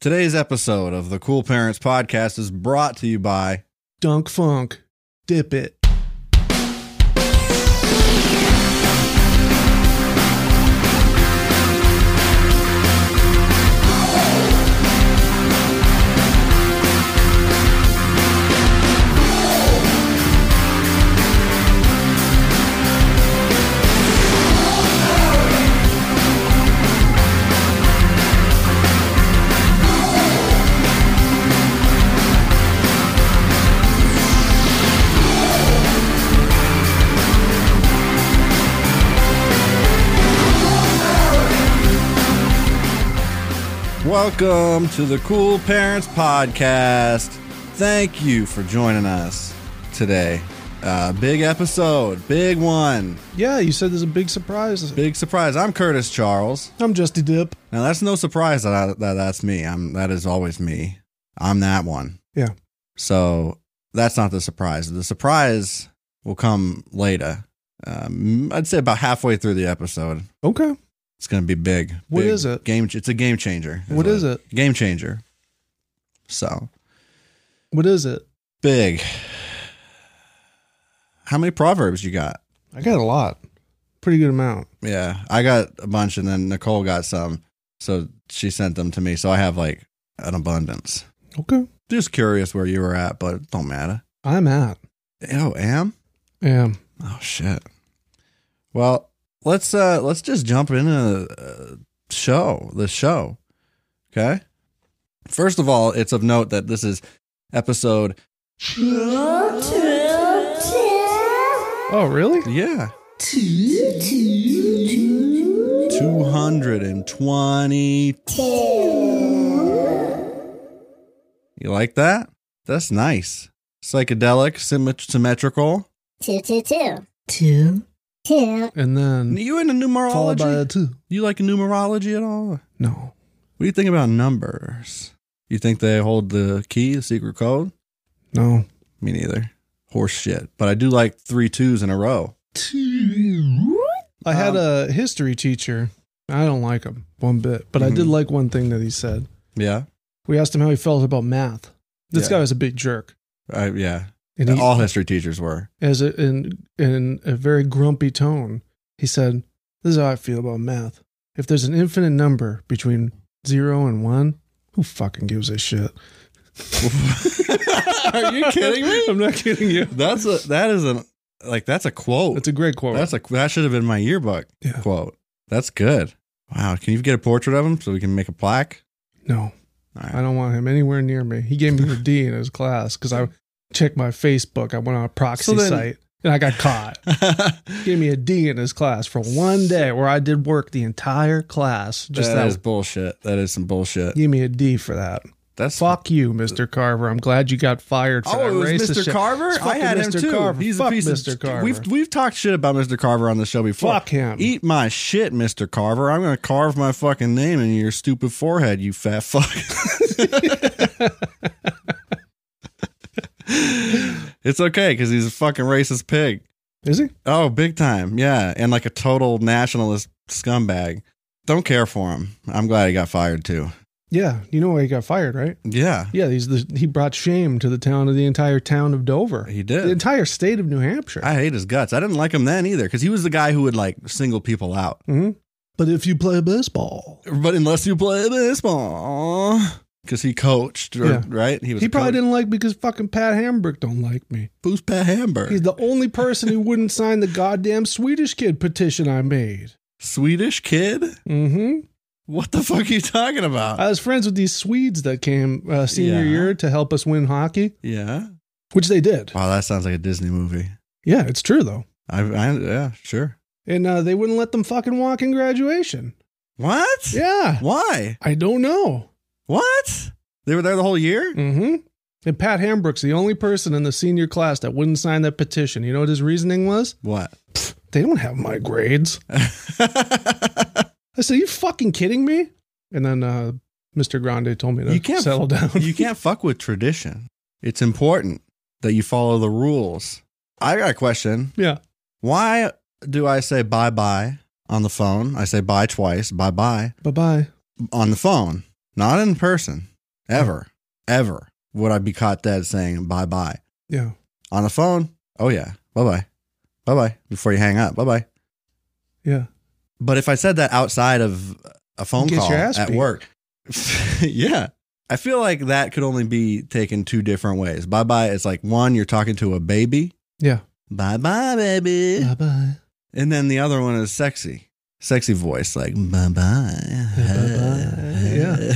Today's episode of the Cool Parents Podcast is brought to you by Dunk Funk. Dip it. Welcome to the Cool Parents Podcast. Thank you for joining us today. Uh, big episode, big one, Yeah, you said there's a big surprise. big surprise. I'm Curtis Charles. I'm Justy Dip. Now that's no surprise that, I, that that's me. I'm that is always me. I'm that one. Yeah. So that's not the surprise. The surprise will come later. Um, I'd say about halfway through the episode. Okay. It's going to be big. What What is is it? Game. It's a game changer. What is it? Game changer. So What is it? big. How many proverbs you got? I got a lot. Pretty good amount. Yeah, I got a bunch, and then Nicole got some, so she sent them to me. So I have like an abundance. Okay. Just curious where you were at, but it don't matter. I'm at. Oh, am? Yeah. Oh shit. Well, let's uh let's just jump into the uh, show, the show. Okay? First of all, it's of note that this is episode Oh, really? yeah. 220. You like that? That's nice. Psychedelic, symmet- symmetrical. Two, two, two. Two. Two. And Are then you into followed by a numerology? two. You like numerology at all? No. What do you think about numbers? You think they hold the key, the secret code? No. Me neither. Horse shit. But I do like three twos in a row. I had a history teacher. I don't like him one bit, but I did Mhm. like one thing that he said. Yeah. We asked him how he felt about math. This Yeah. guy was a big jerk. I, yeah. And he, All history teachers were. as a, in in a very grumpy tone, he said, "This is how I feel about math. If there's an infinite number between zero and one, who fucking gives a shit?" Are you kidding me? I'm not kidding you. That's a that is an like that's a quote. That's a great quote. That's a that should have been my yearbook Yeah. quote. That's good. Wow. Can you get a portrait of him so we can make a plaque? no, All right. I don't want him anywhere near me. He gave me the D in his class because I checked my Facebook. I went on a proxy So then- site and I got caught. He gave me a D in his class for one day where I did work the entire class. Just that that. is bullshit. That is some bullshit. Give me a D for that. That's Fuck you, Mr. Carver. I'm glad you got fired for Oh, that it was racist Mr. shit. Carver. It's I fucking had him Mr. too. Carver. He's Fuck a piece Mr. of. Carver. We've E- we've talked shit about Mr. Carver on the show before. Fuck him. Eat my shit, Mr. Carver. I'm gonna carve my fucking name in your stupid forehead, you fat fuck. it's okay because he's a fucking racist pig. Is he? Oh, big time. Yeah. And like a total nationalist scumbag. Don't care for him. I'm glad he got fired too. Yeah. You know why he got fired, right? Yeah. Yeah, he's the, he brought shame to the town of the entire town of Dover. He the did. entire state of New Hampshire. I hate his guts. I didn't like him then either because he was the guy who would like single people out. Mhm. But if you play baseball, But unless you play baseball, because he coached, or, Yeah. right? was he a probably coach. didn't like because fucking Pat Hambrick don't like me. Who's Pat Hamburg? He's the only person who wouldn't sign the goddamn Swedish kid petition I made. Swedish kid? hmm What the fuck are you talking about? I was friends with these Swedes that came uh, senior Yeah. year to help us win hockey, yeah. which they did. Wow, that sounds like a Disney movie. Yeah, it's true though. I, I yeah, sure. and uh, they wouldn't let them fucking walk in graduation. What? Yeah, Why? I don't know. What? They were there the whole year? Mm-hmm. And Pat Hambrook's the only person in the senior class that wouldn't sign that petition. You know what his reasoning was? What? They don't have my grades. I said, "You fucking kidding me?" And then uh, Mr. Grande told me to You can't- settle down. you can't fuck with tradition. It's important that you follow the rules. I got a question. yeah, Why do I say bye bye on the phone? I say bye twice, bye bye bye bye. on the phone, not in person. Ever, ever would I be caught dead saying bye bye Yeah. on the phone? Oh yeah, bye bye, bye bye before you hang up, bye bye. Yeah. But if I said that outside of a phone Get call your ass at beat. work, yeah, I feel like that could only be taken two different ways. Bye bye is like one, you're talking to a baby. Yeah. Uh-huh. Bye bye, baby. bye. And then the other one is sexy. Sexy voice, like bye bye. bye-bye. Yeah.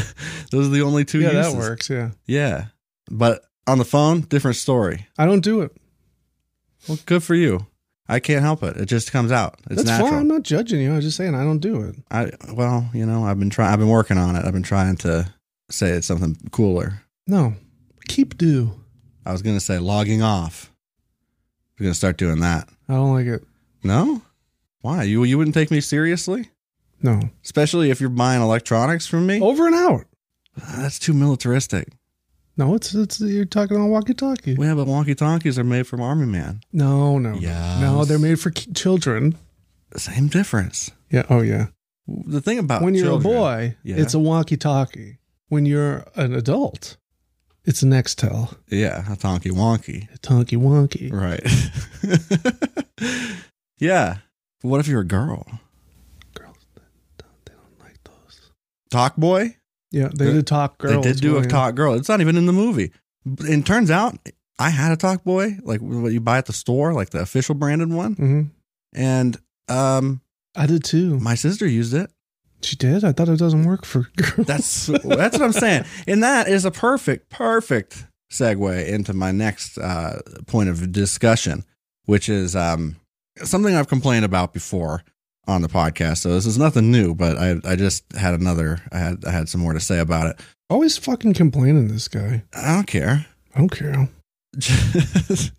Those are the only two Yeah, uses. that works. Yeah. Yeah. But on the phone, different story. I don't do it. Well, good for you. I can't help it. It just comes out. It's That's natural. fine. I'm not judging you. I'm just saying I don't do it. I well, you know, I've been trying I've been working on it. I've been trying to say it's something cooler. No. Keep do. I was gonna say logging off. I'm gonna start doing that. I don't like it. No? Why? You you wouldn't take me seriously? No. Especially if you're buying electronics from me? Over and out. Ah, That's too militaristic. No, it's it's you're talking on walkie-talkie. Yeah, but wonky tonkies are made from Army Man. No, no, no. Yes. no. They're made for ki- children. Same difference. Yeah. Oh, yeah. The thing about when you're Uh, children- a boy, Yeah. it's a walkie-talkie. When you're an adult, it's a Nextel, yeah, a tonky wonky. a tonky wonky. Right. yeah. But what if you're a girl? Girls, they don't, they don't like those. Talk boy? Yeah, they They- did talk girls. they did do a wouldn't they? talk girl. It's not even in the movie. And turns out I had a talk boy, like what you buy at the store, like the official branded one. Mhm. And um I did too. my sister used it. She did. I thought it doesn't work for girls. That's that's what I'm saying. And that is a perfect, perfect segue into my next uh, point of discussion, which is um, something I've complained about before on the podcast. So this is nothing new, but I, I just had another. I had I had some more to say about it. always fucking complaining. This guy. I don't care. I don't care. Just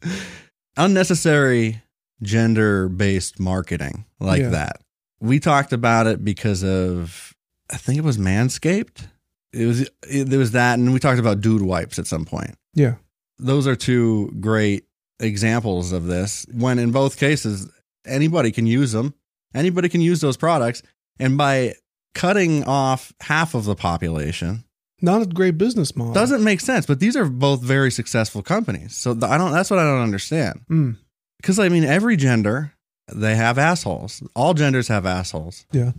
unnecessary gender based marketing like Yeah. that. We talked about it because of I think it was Manscaped. It was it, there was that, and we talked about dude wipes at some point. Yeah. Those are two great examples of this. When in both cases, anybody can use them. Anybody can use those products, and by cutting off half of the population, Not a great business model. doesn't make sense. But these are both very successful companies, so the, I don't. That's what I don't understand. Mm. Because I mean, every gender they have assholes. All genders have assholes. Yeah.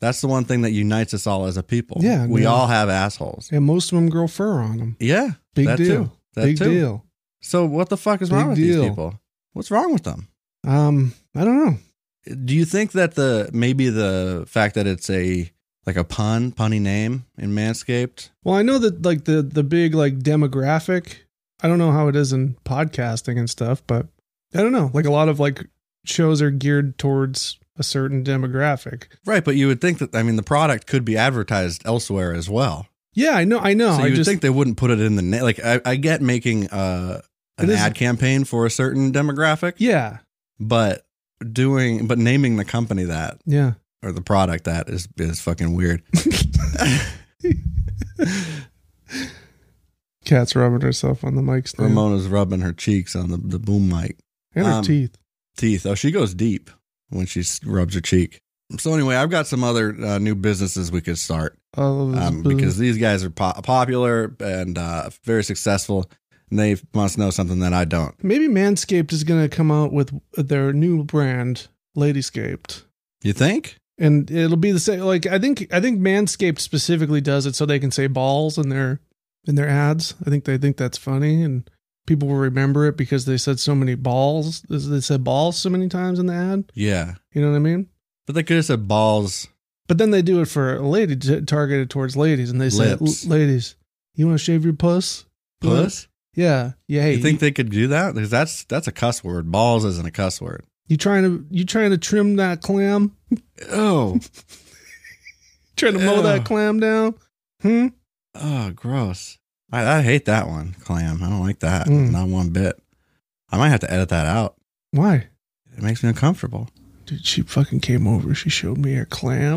that's the one thing that unites us all as a people. Yeah, we yeah. all have assholes. And most of them grow fur on them. Yeah, Big that deal. too. That Big too. deal. So what the fuck is wrong Big with deal. these people? What's wrong with them? Um, I don't know. Do you think that the maybe the fact that it's a like a pun punny name in Manscaped? Well, I know that like the the big like demographic. I don't know how it is in podcasting and stuff, but I don't know. Like a lot of like shows are geared towards a certain demographic. Right, but you would think that I mean the product could be advertised elsewhere as well. Yeah, I know. I know. so I you would just think they wouldn't put it in the na- like. I, I get making uh, an It is- ad campaign for a certain demographic, yeah, but doing but naming the company that yeah. or the product that is is fucking weird. Cat's rubbing herself on the mic stand Ramona's rubbing her cheeks on the, the boom mic and her um, teeth. teeth. Oh, she goes deep when she s- rubs her cheek. So anyway, I've got some other uh, new businesses we could start All of his um, boo- because these guys are po- popular and uh, very successful, and they must know something that I don't. maybe Manscaped is going to come out with their new brand, Ladyscaped. You think? and it'll be the same like i think i think manscaped specifically does it so they can say balls in their in their ads i think they think that's funny and people will remember it because they said so many balls they said balls so many times in the ad Yeah, you know what i mean but they could have said balls. but then they do it for a lady t- targeted towards ladies and they say Lips. "L- ladies you want to shave your puss You wanna-" Puss. yeah yeah hey, you think they could do that? Because that's that's a cuss word. Balls isn't a cuss word. you trying to you trying to trim that clam Oh, trying to mow that Ew. clam down hmm oh, gross. I, I hate that one, clam. I don't like that. Mm. Not one bit. I might have to edit that out. why It makes me uncomfortable. Dude, she fucking came over. She showed me her clam.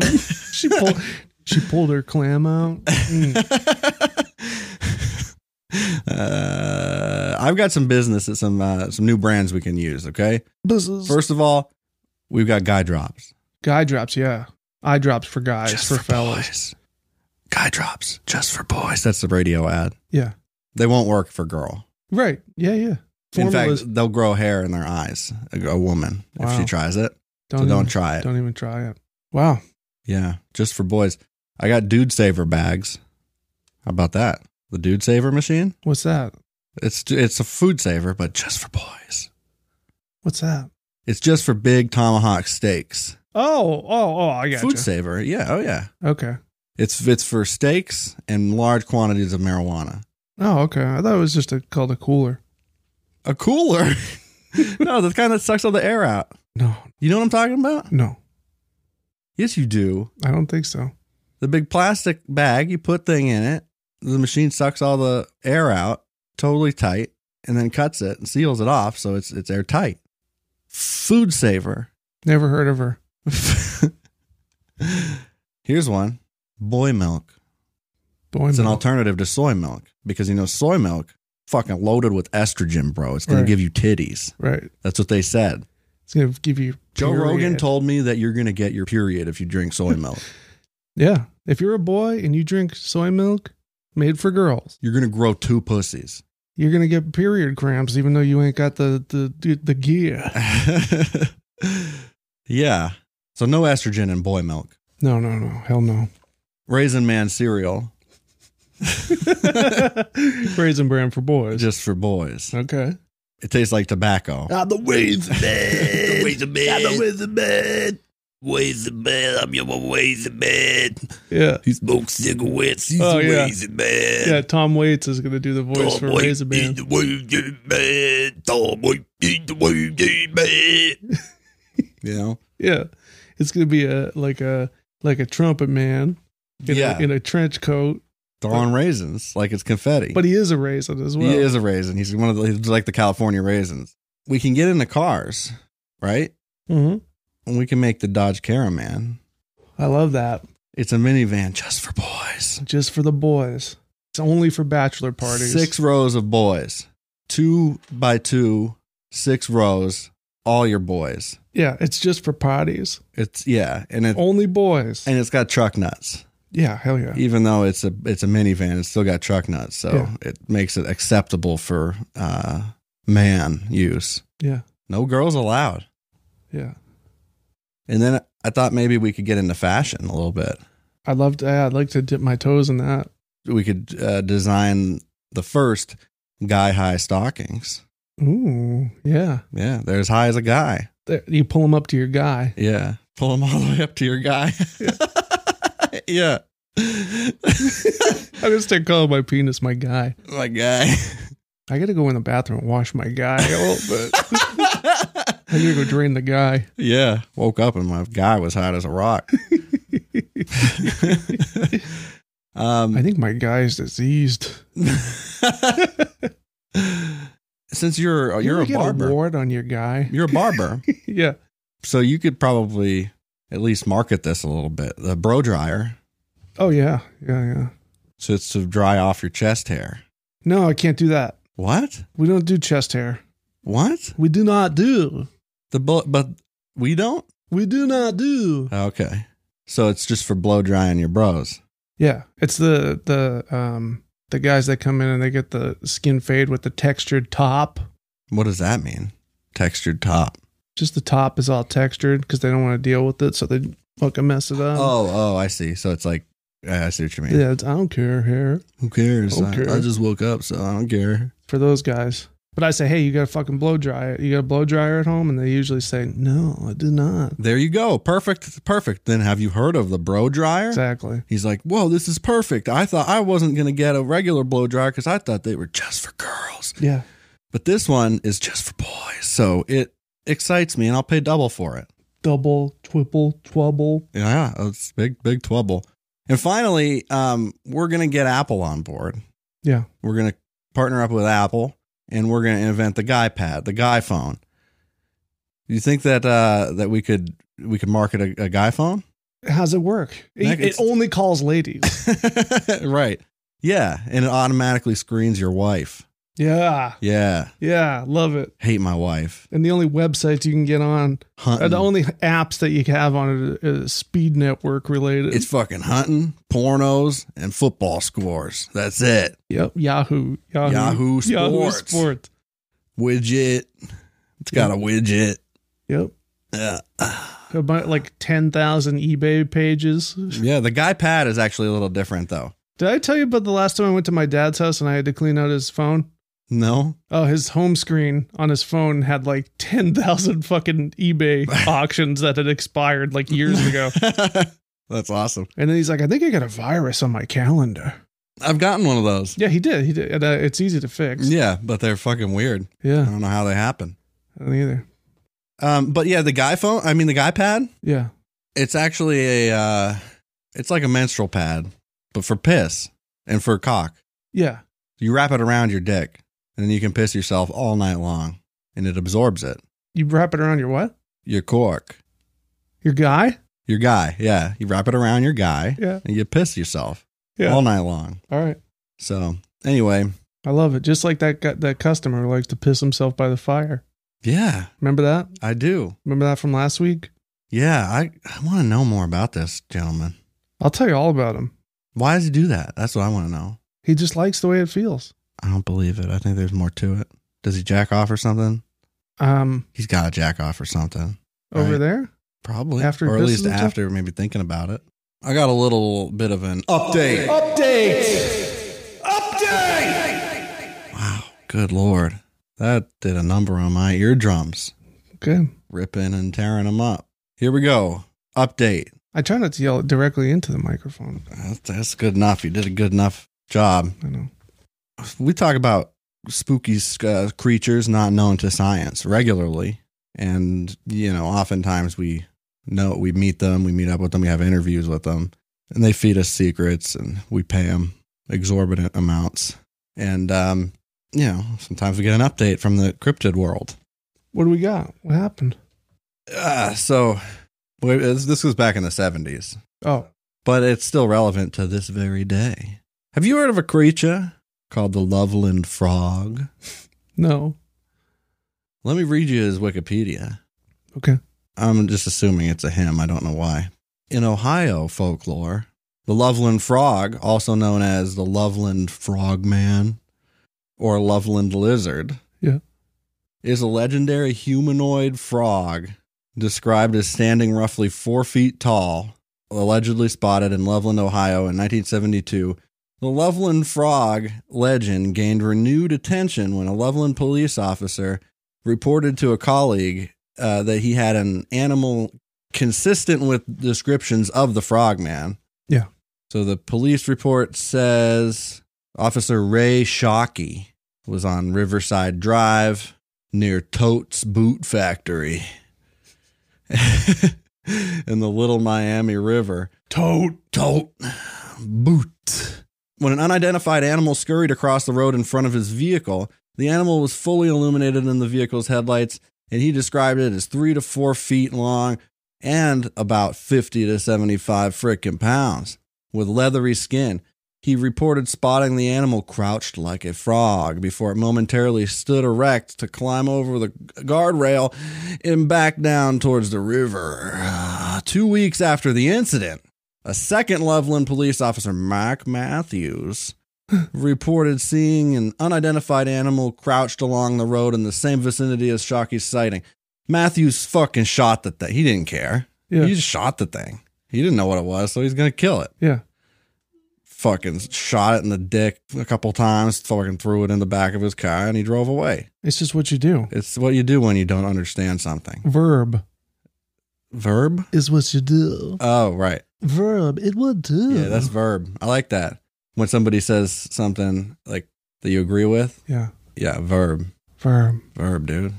she pulled she pulled her clam out. Mm. uh, I've got some business that some uh, some new brands we can use. Okay, This is first of all, we've got guy drops. guy drops, yeah. Eye drops for guys, Just for fellas. boys. guy drops just for boys. That's the radio ad. Yeah. They won't work for girl. Right. Yeah. Yeah. In Formulas- fact, they'll grow hair in their eyes. A, a woman if Wow. she tries it. don't, so even, don't try it. don't even try it. Wow. Yeah, just for boys. I got dude saver bags. How about that? The dude saver machine. What's that? It's it's a food saver, but just for boys. What's that? It's just for big tomahawk steaks. Oh, oh, oh, I got Food saver. Yeah. Oh yeah. Okay. It's it's for steaks and large quantities of marijuana. Oh, okay. I thought it was just a, called a cooler. A cooler. no, the kind that sucks all the air out. No, You know what I'm talking about? no, Yes, you do. I don't think so. The big plastic bag, you put thing in it. The machine sucks all the air out totally tight and then cuts it and seals it off so it's it's airtight. Food saver. Never heard of her. Here's one. Boy milk. Boy, It's an milk. alternative to soy milk because you know soy milk fucking loaded with estrogen, bro. It's going Right. to give you titties. right. That's what they said. It's gonna give you Joe Rogan period. told me that you're going to get your period if you drink soy milk. Yeah, if you're a boy and you drink soy milk made for girls, You're going to grow two pussies. you're gonna get period cramps, even though you ain't got the the the, the gear. yeah. So no estrogen in boy milk. No, no, no, hell no. Raisin Man cereal Raisin bran for boys. just for boys. okay. It tastes like tobacco. I'm the ways man. the ways man. I'm the man. Ways man. I'm your ways man. Yeah. He smokes cigarettes. He's Oh, a yeah. ways man. Yeah, Tom Waits is gonna do the voice for Raisin Bran. the ways man. Tom Waits is the ways man. You know? Yeah, it's gonna be a like a like a trumpet man in, Yeah. a, in a trench coat, Throwing raisins like it's confetti. but he is a raisin as well. He is a raisin. He's one of the, he's like the California raisins. We can get into cars, right? Mhm. And we can make the Dodge Caravan. I love that. It's a minivan just for boys. Just for the boys. It's only for bachelor parties. Six rows of boys, two by two, six rows, all your boys. Yeah, it's just for parties. It's yeah, and it Only boys. and it's got truck nuts. yeah, hell Oh. yeah. Even though it's a it's a minivan, it's still got truck nuts, so Yeah. it makes it acceptable for uh, man use. Yeah, No girls allowed. yeah. And then I thought maybe we could get into fashion a little bit. I'd love to. I'd like to dip my toes in that. We could uh, design the first guy high stockings. Ooh, yeah. Yeah, they're as high as a guy. There, you pull them up to your guy. Yeah, pull them all the way up to your guy. yeah, I just start calling my penis my guy. my guy. I gotta go in the bathroom and wash my guy a little bit. I gotta go drain the guy. Yeah, woke up and my guy was hot as a rock. I um, think my guy's diseased. since you're uh, Oh, you're a ever get barber, wart on your guy. you're a barber, yeah. so you could probably at least market this a little bit. The bro dryer, Oh yeah. Yeah yeah. so it's to dry off your chest hair. No, I can't do that. What? We don't do chest hair. What? We do not do. The blo- but we don't. We do not do. Okay, so it's just for blow drying your bros. Yeah, it's the the um the guys that come in and they get the skin fade with the textured top. What does that mean? Textured top. Just the top is all textured because they don't want to deal with it, so they fucking mess it up. oh, oh, I see. So it's like, yeah, I see what you mean. Um, yeah, it's, I don't care hair Who cares? Who I- I, cares? just woke up, so I don't care. for those guys. But I say, hey, you got to fucking blow dry it. You got a blow dryer at home, and they usually say, no, I do not. There you go. Perfect. Perfect. Then have you heard of the bro dryer? Exactly. He's like, whoa, this is perfect. I thought I wasn't going to get a regular blow dryer because I thought they were just for girls. Yeah. But this one is just for boys. So it excites me and I'll pay double for it. double, triple, twubble. Yeah, it's big, big trouble. And finally, um, we're going to get Apple on board. Yeah. We're going to partner up with Apple and we're going to invent the guy pad, the guy phone. You think that uh, that we could we could market a, a guy phone? How's it work? That It, it gets- only calls ladies. right. Yeah, and it automatically screens your wife. Yeah. Yeah. Yeah. Love it. Hate my wife. And the only websites you can get on, Hunting. or the only apps that you have on it is Speed Network related. it's fucking hunting, pornos, and football scores. That's it. yep. Yahoo. Uh-huh. Yahoo. Yahoo Yahoo Sports. Sports. Widget. It's got a widget. Yep. Yeah. About like 10,000 eBay pages. Yeah. The guy pad is actually a little different though. Did I tell you about the last time I went to my dad's house and I had to clean out his phone? No. Oh, his home screen on his phone had like 10,000 fucking eBay auctions that had expired like years ago. That's awesome. And then he's like, I think I got a virus on my calendar. I've gotten one of those. Yeah, he did. He did. And, uh, it's easy to fix. Yeah, but they're fucking weird. I Yeah. don't know how they happen. I don't either. Um, but yeah, the guy phone. I mean, the guy pad. Yeah. It's actually a. Uh, it's like a menstrual pad, but for piss and for cock. Yeah. You wrap it around your dick, and then you can piss yourself all night long, and it absorbs it. You wrap it around your what? Your cork, Your guy? your guy. Yeah, you wrap it around your guy, Yeah. and you piss yourself Yeah. all night long. All right. So anyway, I love it. Just like that guy, that customer who likes to piss himself by the fire. yeah, Remember that? I do. Remember that from last week? Yeah, I I want to know more about this gentleman. I'll tell you all about him. Why does he do that? That's what I want to know. He just likes the way it feels. I don't believe it. I think there's more to it. Does he jack off or something? Um, He's got to jack off or something. over Right. there. Probably. After he or at pisses least himself? after maybe thinking about it. I got a little bit of an Oh, update. Wow. Good Lord. That did a number on my eardrums, Okay. ripping and tearing them up. Here we go. Update. I try not to yell directly into the microphone. That's, that's good enough. You did a good enough job. I know. we talk about spooky uh, creatures not known to science regularly and you know oftentimes we know we meet them we meet up with them we have interviews with them and they feed us secrets and we pay them exorbitant amounts and um you know sometimes we get an update from the cryptid world What do we got? What happened? uh, so wait, this this was back in the 70s Oh, but it's still relevant to this very day have you heard of a creature called the loveland frog no. Let me read you his Wikipedia. Okay. I'm just assuming it's a him. I don't know why. In Ohio folklore, the Loveland frog, also known as the Loveland frogman or Loveland lizard, Yeah. is a legendary humanoid frog described as standing roughly four feet tall, allegedly spotted in Loveland, Ohio in 1972 the Loveland Frog legend gained renewed attention when a Loveland police officer reported to a colleague uh, that he had an animal consistent with descriptions of the frogman. Yeah. So the police report says Officer Ray Shockey was on Riverside Drive near Totes Boot Factory in the Little Miami River. Tote, tote, boot. When an unidentified animal scurried across the road in front of his vehicle, the animal was fully illuminated in the vehicle's headlights, and he described it as three to four feet long and about 50 to 75 frickin' pounds with leathery skin. He reported spotting the animal crouched like a frog before it momentarily stood erect to climb over the guardrail and back down towards the river. Two weeks after the incident, a second Loveland police officer, Mike Matthews, reported seeing an unidentified animal crouched along the road in the same vicinity as Shocky's sighting. Matthews fucking shot the thing. He didn't care. Yeah. He just shot the thing. He didn't know what it was, so he's going to kill it. Yeah. Fucking shot it in the dick a couple times, fucking threw it in the back of his car, and he drove away. It's just what you do. It's what you do when you don't understand something. Verb Verb? is what you do. Oh, right. Verb, it would do. Yeah, that's verb. I like that. When somebody says something like that you agree with, yeah. yeah, verb, Verb. verb, dude.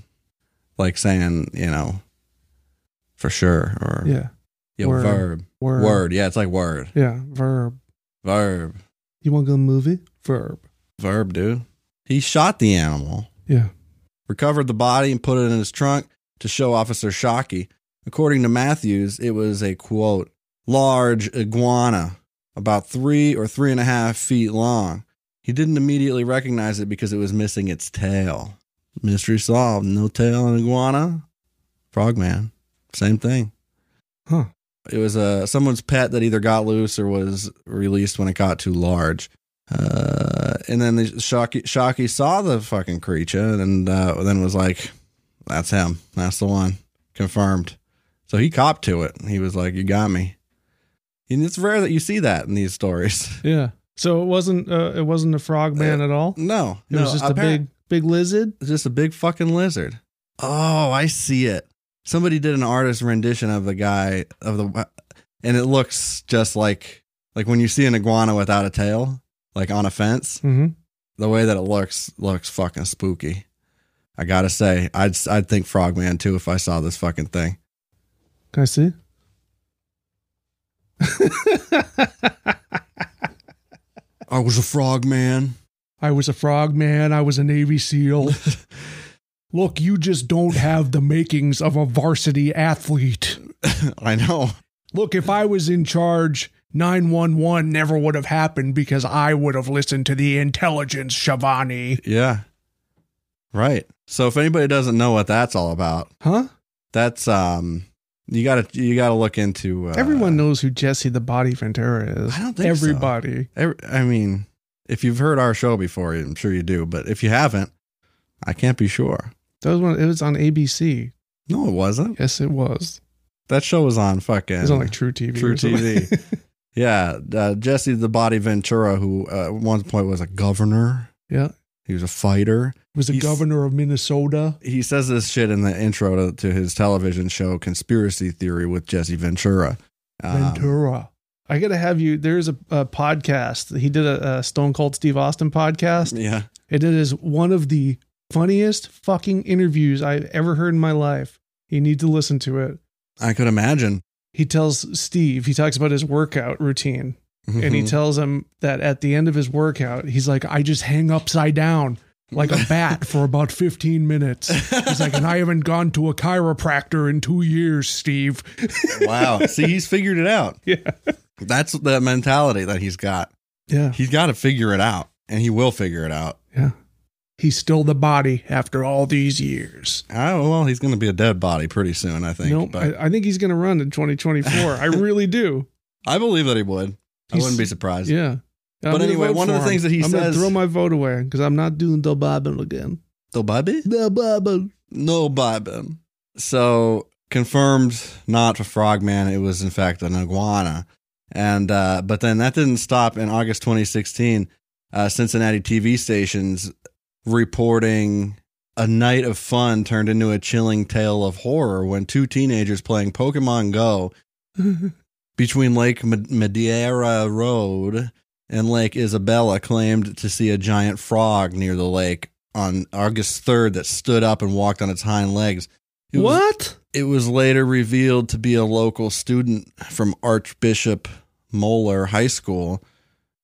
Like saying, you know, for sure, or yeah, Yeah. word. Word. verb, Word. word. Yeah, it's like word, Yeah. Verb. verb, You want to go movie? Verb. verb, dude. He shot the animal. Yeah. recovered the body and put it in his trunk to show Officer Shockey. According to Matthews, it was a quote, large iguana, about three or three and a half feet long. He He didn't immediately recognize it because it was missing its tail. Mystery solved. No tail on iguana. Frogman. Same thing. Huh. It was uh, someone's pet that either got loose or was released when it got too large. Uh, and then the Shocky, Shocky saw the fucking creature and uh, then was like, that's him. That's the one. Confirmed. So he copped to it. He was like, you got me. And it's rare that you see that in these stories. Yeah. So it wasn't uh, it wasn't a frogman at all. It No, no, was just a apparent- big big lizard. it's just a big fucking lizard. Oh, I see it. Somebody did an artist rendition of the guy of the, and it looks just like like when you see an iguana without a tail, like on a fence. Mm-hmm. The way that it looks looks fucking spooky. I gotta say, I'd I'd think Frogman too if I saw this fucking thing. Can I see? I was a frogman. I was a frogman. I was a Navy SEAL. Look, you just don't have the makings of a varsity athlete. I know. Look, if I was in charge, 911 never would have happened because I would have listened to the intelligence, Shavani. Yeah. Right. So if anybody doesn't know what that's all about, Huh? that's um you gotta you gotta look into uh, Everyone knows who Jesse the Body Ventura is. I don't think so. Everybody. Every, I mean, if you've heard our show before, I'm sure you do. But if you haven't, I can't be sure. That was one, it was on ABC. No, it wasn't. Yes, it was. That show was on fucking. It was on like True TV. or True something. TV. yeah, uh, Jesse the Body Ventura, who uh, at one point was a governor. yeah. It He was a fighter. was the He's- governor of Minnesota. He says this shit in the intro to, to his television show, Conspiracy Theory with Jesse Ventura. Um, Ventura. I gotta have you. There's a, a podcast. He did a, a Stone Cold Steve Austin podcast, Yeah. and it is one of the funniest fucking interviews I've ever heard in my life. You need to listen to it. I could imagine. He tells Steve. He talks about his workout routine, and he Mhm. tells him that at the end of his workout, he's like, "I just hang upside down like a bat for about 15 minutes." He's like, "And I haven't gone to a chiropractor in two years, Steve." wow. See, he's figured it out. Yeah, That's the mentality that he's got. yeah. He's got to figure it out, and he will figure it out. Yeah. He's still the body after all these years. Oh well, he's going to be a dead body pretty soon, I think. nope. but I, I think he's going to run in 2024. I really do. I, believe that he would. I He's- wouldn't be surprised. Yeah. But anyway, one of the things that he I'm gonna says- throw my vote away because I'm not doing the Bible again. The Bobby? The Bible. No Bobby. So confirmed, not a frogman. It was in fact an iguana. And uh, but then that didn't stop. In August 2016, uh, Cincinnati TV stations reporting a night of fun turned into a chilling tale of horror when two teenagers playing Pokemon Go between Lake Med- Madeira Road and Lake Isabella claimed to see a giant frog near the lake on August 3rd that stood up and walked on its hind legs. It Was, what? it was later revealed to be a local student from Archbishop Moeller High School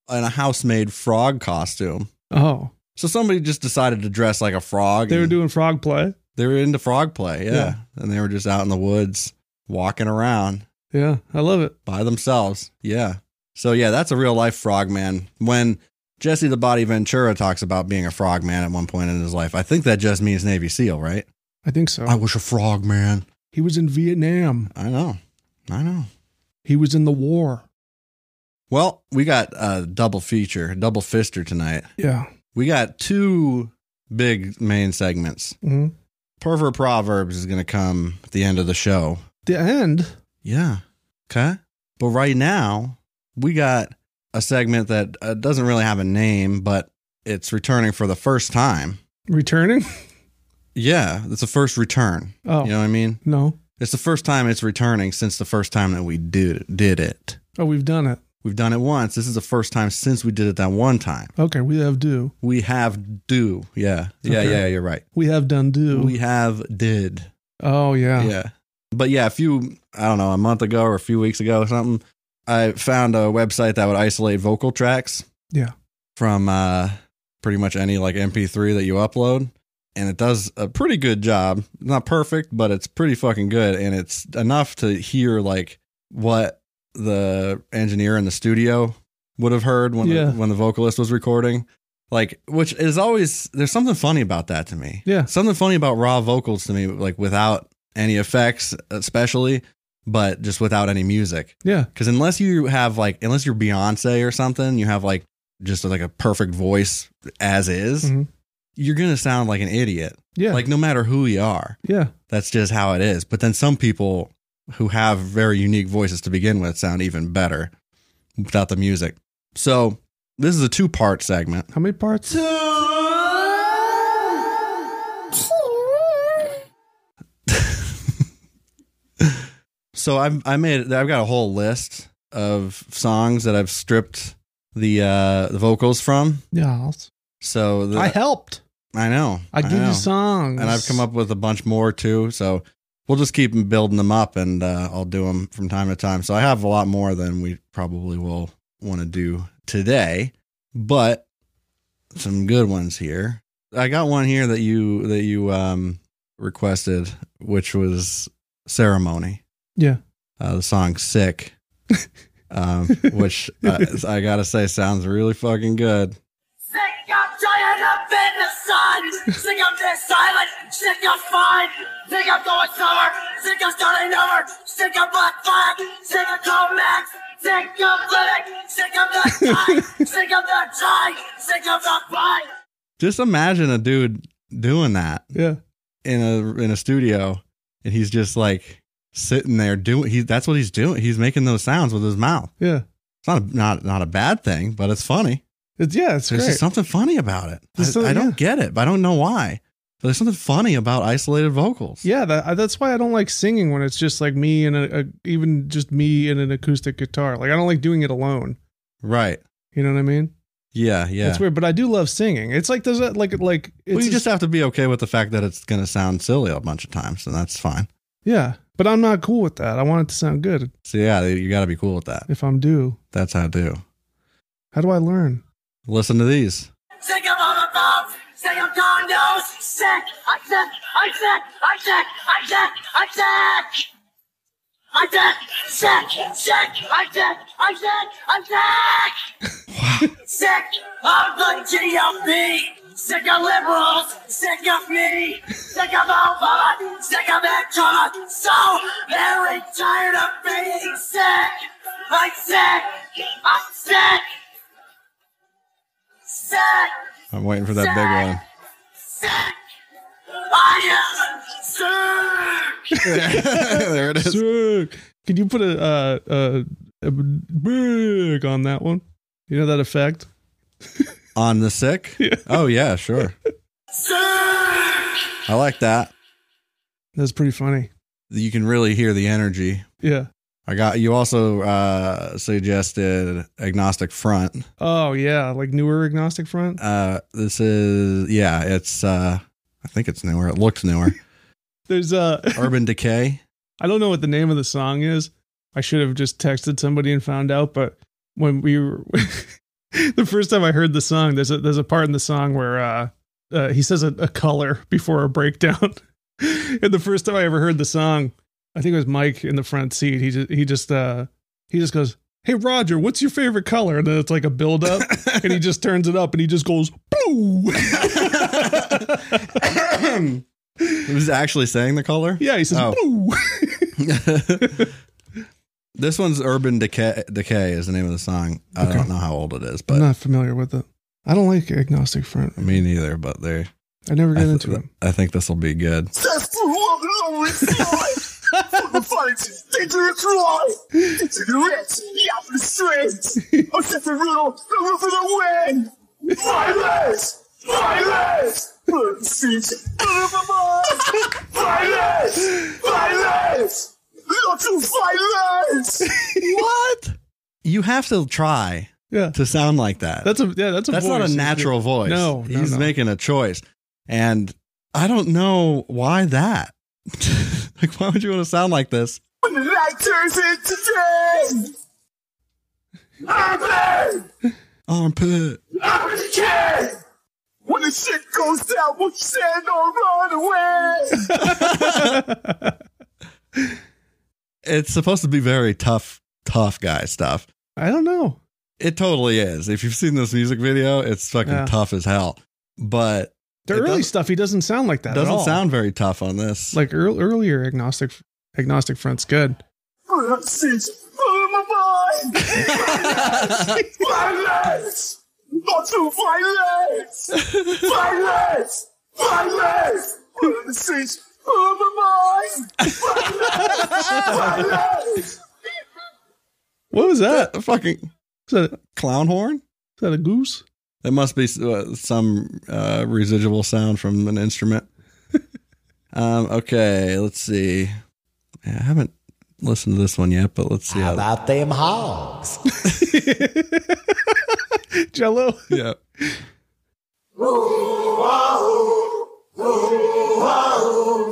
in a house-made frog costume. Oh, So somebody just decided to dress like a frog. they were and doing frog play. they were into frog play, yeah. Yeah. And they were just out in the woods walking around. Yeah, I love it. by themselves. Yeah. So yeah, that's a real life frogman. When Jesse the Body Ventura talks about being a frogman at one point in his life, I think that just means Navy SEAL, right? I think so. was a frogman. he was in Vietnam. I know. I know. He was in the war. Well, we got a double feature, a double fister tonight. Yeah. We got two big main segments. Mhm. Pervert Proverbs is going to come at the end of the show. The end. Yeah. Okay. But right now, we got a segment that uh, doesn't really have a name, but it's returning for the first time. Returning? Yeah. It's the first return. Oh, You know what I mean? no. It's the first time it's returning since the first time that we did, did it. Oh, we've done it. We've done it once. This is the first time since we did it that one time. Okay, we have do. We have do. Yeah. Yeah. Okay. Yeah. You're right. We have done do. We have did. oh, yeah. Yeah. But yeah, a few, I don't know, a month ago or a few weeks ago or something, I found a website that would isolate vocal tracks. Yeah. From uh, pretty much any like MP3 that you upload. And it does a pretty good job. Not perfect, but it's pretty fucking good. And it's enough to hear like what the engineer in the studio would have heard when, Yeah. the, when the vocalist was recording. Like, which is always there's something funny about that to me. Yeah. something funny about raw vocals to me, like without any effects, especially, but just without any music. Yeah. Because unless you have like, unless you're Beyonce or something, you have like just like a perfect voice as is, Mhm. you're gonna sound like an idiot. Yeah. Like no matter who you are, yeah. that's just how it is. But then some people who have very unique voices to begin with sound even better without the music. So this is a two part segment. How many parts? Two. So I've I made I've got a whole list of songs that I've stripped the uh the vocals from. Yeah. So the, I helped. I know I give know. you songs. and I've come up with a bunch more too. So we'll just keep building them up, and uh, I'll do them from time to time. So I have a lot more than we probably will want to do today, but some good ones here. I got one here that you that you um, requested, which was ceremony. Yeah. uh, the song "Sick," um, which uh, I gotta say sounds really fucking good. Sick of drying up in the sun. Sick of this silence. Sick of fun. Sick of going slower. Sick of starting over. Sick of black flag. Sick of Comex. Sick of living. Sick of the time. Sick of the time. Sick of the fight. Just imagine a dude doing that. Yeah. in a in a studio and he's just like sitting there doing he that's what he's doing he's making those sounds with his mouth Yeah. it's not a, not not a bad thing but it's funny It's yeah. It's there's great. just something funny about it I, There's something- I don't get it but I don't know why but there's something funny about isolated vocals yeah. That, I- that's why I don't like singing when it's just like me and a, a even just me and an acoustic guitar. Like I don't like doing it alone. right You know what I mean? yeah yeah It's weird, but I do love singing. It's like there's a, like like it's well, you just have to be okay with the fact that it's going to sound silly a bunch of times, and that's fine. yeah. But I'm not cool with that. I want it to sound good So yeah, you got to be cool with that. if I'm due. That's how I do. How do I learn? Listen to these. Sick of all the bombs. Sick of condos. Sick. I'm sick. I'm sick. I'm sick. I'm sick. I'm sick. I'm sick. Sick. Sick. I'm sick. I'm sick. I'm sick. Sick of the GOP. Sick of liberals. Sick of me. Sick of Obama. Sick of that drama. So very tired of being sick. I'm sick. I'm sick. Sick. I'm waiting for that big one. Sick. I am sick. there it is. Sick. Could you put a uh uh a big on that one? You know that effect? On the sick. Oh yeah, sure. Sick. I like that. That's pretty funny. You can really hear the energy. Yeah. I got you also uh, suggested agnostic front. Oh yeah, like newer agnostic front. Uh, this is yeah, it's uh, I think it's newer. It looks newer. There's uh Urban Decay. I don't know what the name of the song is. I should have just texted somebody and found out, but when we were the first time I heard the song, there's a there's a part in the song where uh, uh he says a, a color before a breakdown. and the first time I ever heard the song, I think it was Mike in the front seat. He just he just uh he just goes, "Hey Roger, what's your favorite color?" And then it's like a build up, and he just turns it up, and he just goes blue. It was actually saying the color. yeah, he says Oh. blue. this one's Urban Decay. Decay is the name of the song. I don't know how old it is, I'm but not familiar with it. I don't like agnostic front. me neither. But they, I never I, got th- into them. I think this will be good. That's the wrong lower side. For the fight, they do it right. They do the rich, the out the streets. I'm set for real, the real for the win. Violence! Violence! Burn the streets, burn the mines. Violence! Violence! Not to violence! what? You have to try Yeah, to sound like that. that's a yeah, that's a That's not voice. a natural voice. No, no, he's no. making a choice, and I don't know why that. like, why would you want to sound like this? When the light turns into day! Urban! Armpit. I'm the king! When the shit goes down, we'll stand or run away! It's supposed to be very tough, tough guy stuff. I don't know. It totally is. If you've seen this music video, it's fucking Yeah. tough as hell. But The It early doesn't- stuff, he doesn't sound like that. at doesn't all. sound very tough on this. like ear- earlier agnostic agnostic front's good. Since my mind, violence, not to violence, violence, violence. Since my mind, violence, violence. What was that? a fucking Is that, is clown horn? that a goose? That must be uh, some uh, residual sound from an instrument. um, okay, let's see. I haven't listened to this one yet, but let's see how. About them hogs. Jello. yeah.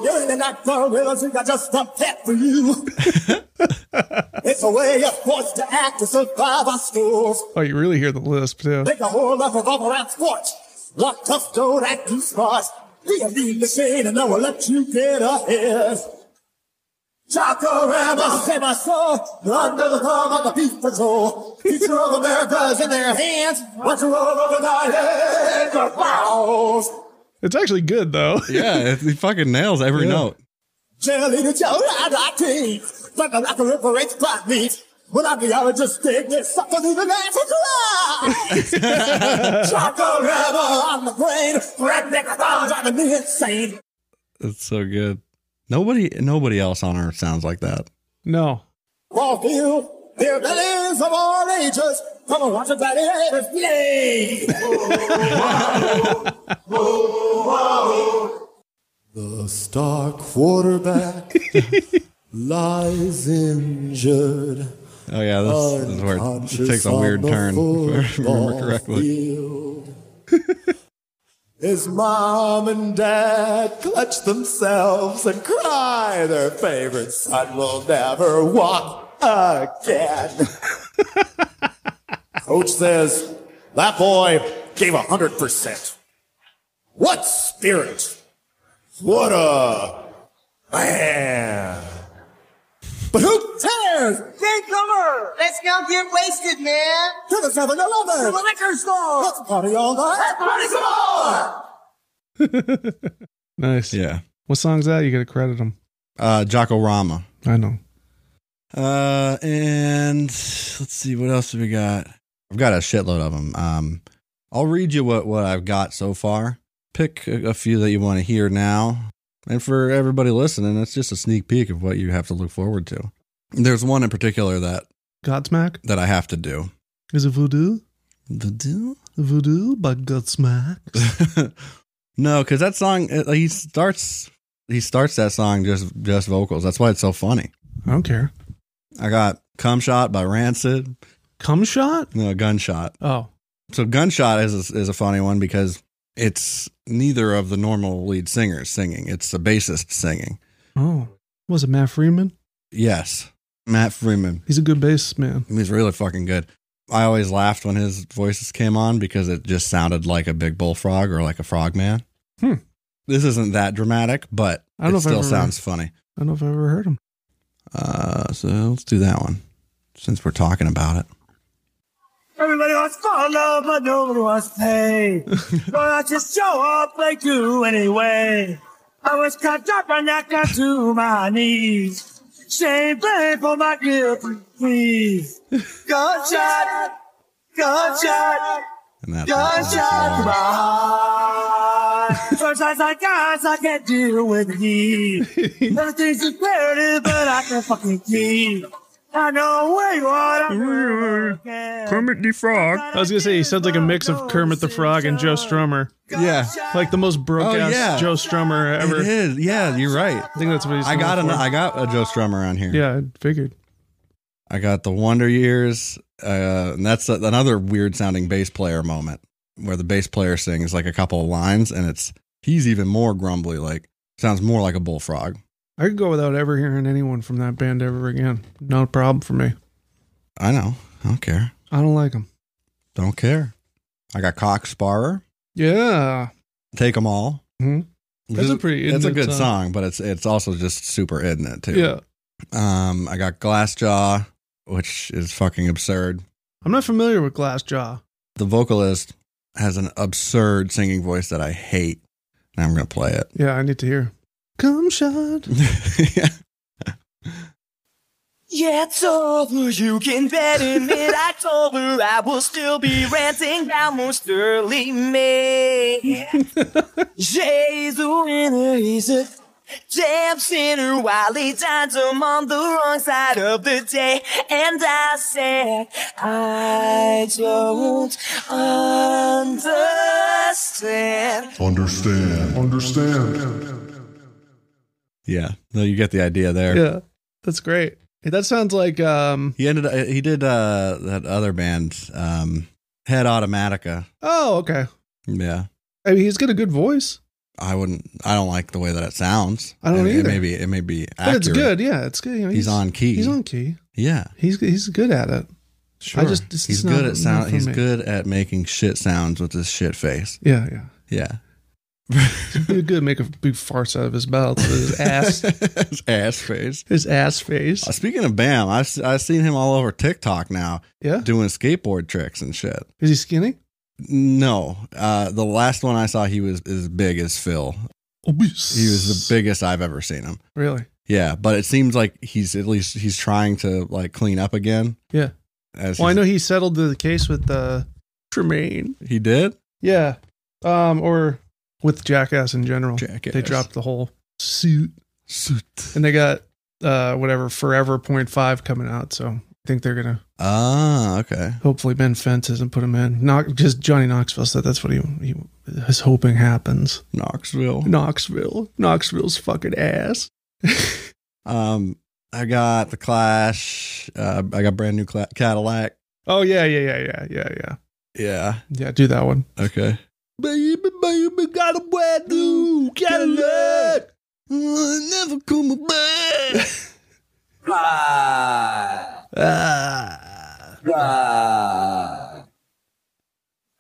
You're in that girl with us, I just a pet for you. it's a way of forced to act to survive our schools. Oh, you really hear the lisp too. Make a whole lot of all around sports. Locked up, though, that you scars. We'll leave the shade and I will let you get ahead. Jock around us, save my soul. Under the thumb of the beat patrol. Future of America's in their hands. Watch the roll of the night and the balls. It's actually good though. Yeah, it, he fucking nails every note. Jelly to Joe, and I teeth. But the rocker liberates black meat. When I'm the just dig this sucker through the man for Christ. Choco rebel on the brain. Redneck thumbs driving me insane. It's so good. Nobody, nobody else on earth sounds like that. No. Raw feel, their bellies of all ages. Come and watch the gladiators play. the star quarterback lies injured. Oh yeah, this, this is where it- it takes a weird turn. If I remember correctly. His mom and dad clutch themselves and cry their favorite son will never walk again. Coach says, that boy gave 100%. What spirit! What a man! But who cares? Take cover! Let's go get wasted, man! To the 7 Eleven! The liquor store! Let's party all night! Party some more! Nice. Yeah, What song's that? You gotta credit him. uh, Jocko Rama. I know. Uh, and let's see what else have we got. I've got a shitload of them. Um, I'll read you what what I've got so far. Pick a, a few that you want to hear now, and for everybody listening, it's just a sneak peek of what you have to look forward to. There's one in particular that Godsmack. that I have to do. Is it voodoo? The do. Voodoo by Godsmack. no, because that song uh, he starts he starts that song just just vocals. That's why it's so funny. I don't care. I got "Cum Shot" by Rancid, Cum shot? no "Gunshot." Oh. So "Gunshot" is a, is a funny one because it's neither of the normal lead singers singing. It's the bassist singing. Oh. Was it Matt Freeman? Yes, Matt Freeman. He's a good bass man. He's really fucking good. I always laughed when his voices came on because it just sounded like a big bullfrog or like a frogman. Hmm. This isn't that dramatic, but I don't know it if I still ever- sounds funny. I don't know if I've ever heard him. Uh, so let's do that one since we're talking about it. Everybody wants follow, but nobody wants to pay. Why not just show up like you anyway? I was caught up and I got to my knees. Shame, blame for my guilty pleas. Gunshot, gunshot, And that gunshot, that's right. First I like guys, I can't deal with these. Everything's imperative, but I can fucking keep. I know where you are. I'm here again. I was gonna say he sounds like a mix of Kermit the Frog and Joe Strummer. Yeah, Like the most broke ass Oh, yeah. Joe Strummer ever. it I is. Yeah, you're right. think that's what he's. I got an, going for. I got a Joe Strummer on here. Yeah, I figured. I got the Wonder Years, uh, and that's a, another weird sounding bass player moment where the bass player sings like a couple of lines, and it's he's even more grumbly, like sounds more like a bullfrog. I could go without ever hearing anyone from that band ever again. No problem for me. I know, I don't care, I don't like them. don't care. I got Cox Sparrer, Yeah, Take 'Em All. Mhm. Which That's is- a pretty It's a in-depth good song. song, but it's it's also just super in it too. yeah. Um, I got Glassjaw, which is fucking absurd. I'm not familiar with Glassjaw. The vocalist has an absurd singing voice that I hate, and I'm going to play it. Yeah, I need to hear. Come shot. Yeah, it's over. You can bet in mid-October I will still be ranting down most early May. Jay's the winner. He's a damn sinner while he dines him on the wrong side of the day. And I said, I don't understand. Understand. Understand. yeah, no, you get the idea there. Yeah, that's great. Hey, That sounds like um. He ended. He did uh, that other band, um, Head Automatica. Oh, okay. Yeah, I mean, he's got a good voice, I wouldn't. I don't like the way that it sounds. I don't it, It either. may be. It may be. Accurate. but it's good. Yeah, it's good. You know, He's on key. He's on key. Yeah, He's he's good at it. sure. just- it's he's not- good at not sound. for He's me. good at making shit sounds with his shit face. Yeah, yeah. Yeah, He'd good make a big farce out of his mouth, with his ass, his ass face. his ass face. Uh, Speaking of Bam, I've s- I've seen him all over TikTok now Yeah. doing skateboard tricks and shit. Is he skinny? No, uh, the last one I saw, he was as big as Phil. Obese. He was the biggest I've ever seen him. Really? Yeah, but it seems like he's at least he's trying to like clean up again. Yeah. As Well, I he's- know he settled the case with uh, Tremaine. he did. Yeah. Um, or with Jackass in general. Jackass. They dropped the whole suit Suit. and they got uh whatever Forever Point Five coming out, so I think they're gonna Ah, okay. hopefully bend fences and put him in. Not just Johnny Knoxville said that's what he, he is hoping happens. Knoxville. Knoxville, Knoxville's fucking ass. Um, I got the Clash. Uh, I got brand new Cla- Cadillac. Oh yeah, yeah, yeah, yeah, yeah, yeah, Yeah. yeah. Do that one. Okay. Baby, baby, got a brand new Cadillac. Mm, never come back. Ah.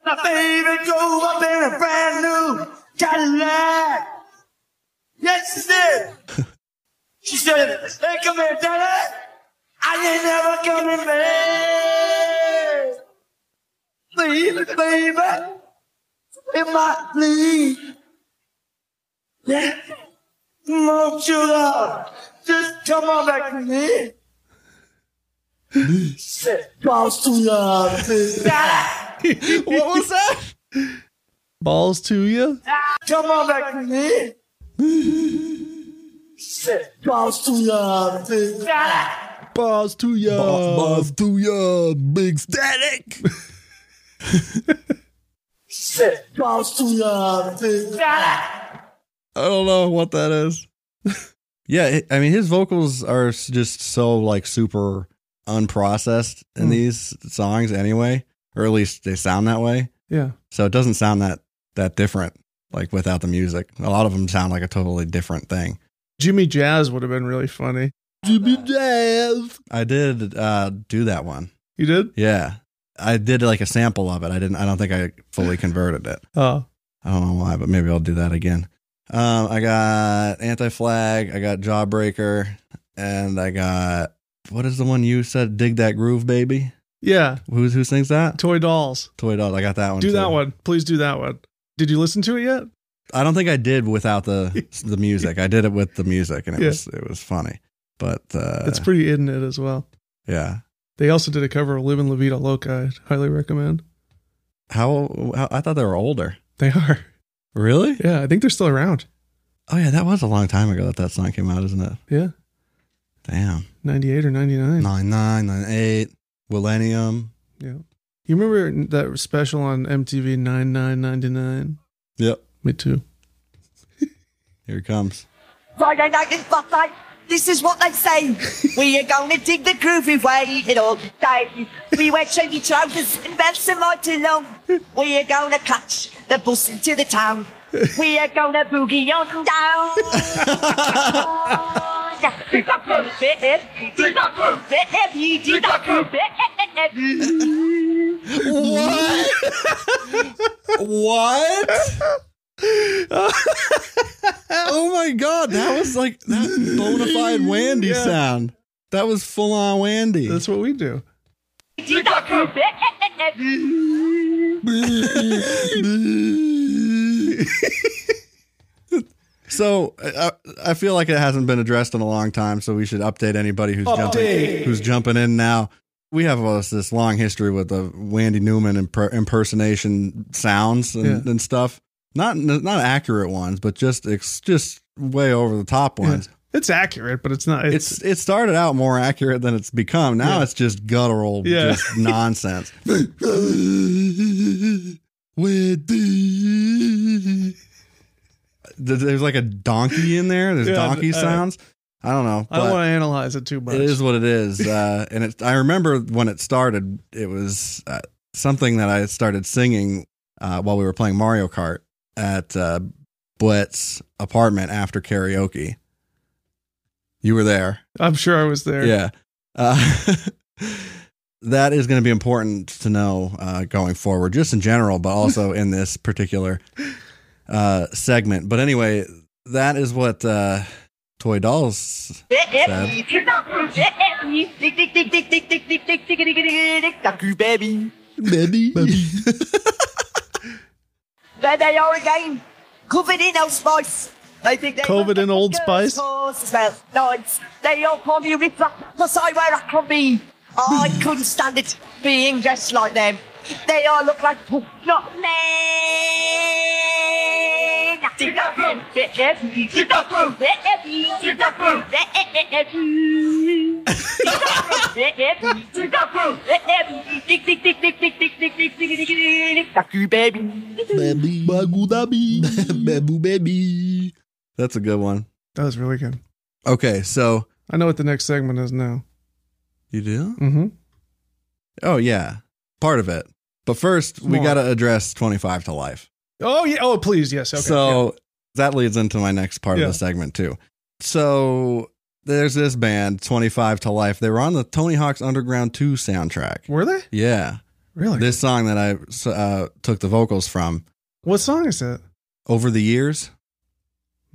My favorite drove up in a brand new Cadillac. Yes, she did. she said, hey, come here, Daddy. I ain't never coming back. Leave it, baby. In my league. Yeah. No, sugar. Just come on back to me. Said, Boss to love. Daddy. what was that? Balls to you. Come on back to me. Shit. Bounce to love. Balls to you. Boss to ya, big static. Shit. Bounce to love. I don't know what that is. yeah, it- I mean his vocals are s- just so like super unprocessed in Hmm. these songs anyway, or at least they sound that way. Yeah. So it doesn't sound that that different like without the music. A lot of them sound like a totally different thing. Jimmy Jazz would have been really funny. Jimmy Jazz. I did uh do that one. You did? Yeah. I did like a sample of it. I didn't I don't think I fully converted it. Oh. I don't know why, but maybe I'll do that again. Um, I got Anti Flag, I got Jawbreaker, and I got what is the one you said? Dig that groove, baby. Yeah. Who's who sings that? Toy dolls. Toy Dog. I got that one. Do too. that one. Uh. Please do that one. Did you listen to it yet? I don't think I did without the the music. I did it with the music, and it Yeah. was it was funny. But uh, it's pretty in it as well. yeah. They also did a cover of Livin' La Vida Loca. I highly recommend. How, how I thought they were older. They are. Really? Yeah, I think they're still around. Oh yeah, that was a long time ago that that song came out, isn't it? Yeah. Damn. 98 or 99. Nine nine nine eight. Millennium. Yeah. You remember that special on MTV 9999? Yep. Me too. Here it comes. Friday night is buffet. This is what they say. we are going to dig the groovy way it all day. We wear shiny trousers and belts are mighty long. We are going to catch the bus into the town. We are going to boogie on down. Dig the groove, baby. Dig the groove, baby. Dig the groove, baby. What? what? oh my god, that was like that bona fide Wandy sound. That was full on Wandy. That's what we do. So I, I I feel like it hasn't been addressed in a long time. So we should update anybody who's jumping who's jumping in now. We have us this long history with the Wandy Newman imper- impersonation sounds and, Yeah. and stuff. Not not accurate ones, but just ex- just way over the top ones. It's accurate, but it's not. It's, It's it started out more accurate than it's become. Now Yeah. it's just guttural, Yeah. just nonsense. Wendy. There- There's like a donkey in there. There's Yeah, donkey I- Uh, sounds. I don't know. I don't but- want to analyze it too much. it is what it is. Uh, and it, I remember when it started, it was uh, something that I started singing uh, while we were playing Mario Kart at uh, Blitz apartment after karaoke. You were there. I'm sure I was there. Yeah. Uh, that is going to be important to know uh, going forward, just in general, but also in this particular uh, segment. But anyway, that is what uh, Toy Dolls said. There they are again, covered in Old Spice. They think they Covered in Old Spice? Well, nice. They all call me Ripper, because I wear a crummy. I couldn't stand it being dressed like them. They all look like puff, not men. That's a good one. That was really good. Okay, so I know what the next segment is now. you do? Mm-hmm. Oh, yeah. Part of it. But first, we More. got to address 25 to life. Oh yeah. Oh please. Yes. Okay. so that leads into my next part Yeah. of the segment too. So there's this band, 25 to Life. They were on the Tony Hawk's Underground 2 soundtrack. yeah. were they Yeah. really? This song that I uh, took the vocals from what song is that? over the years.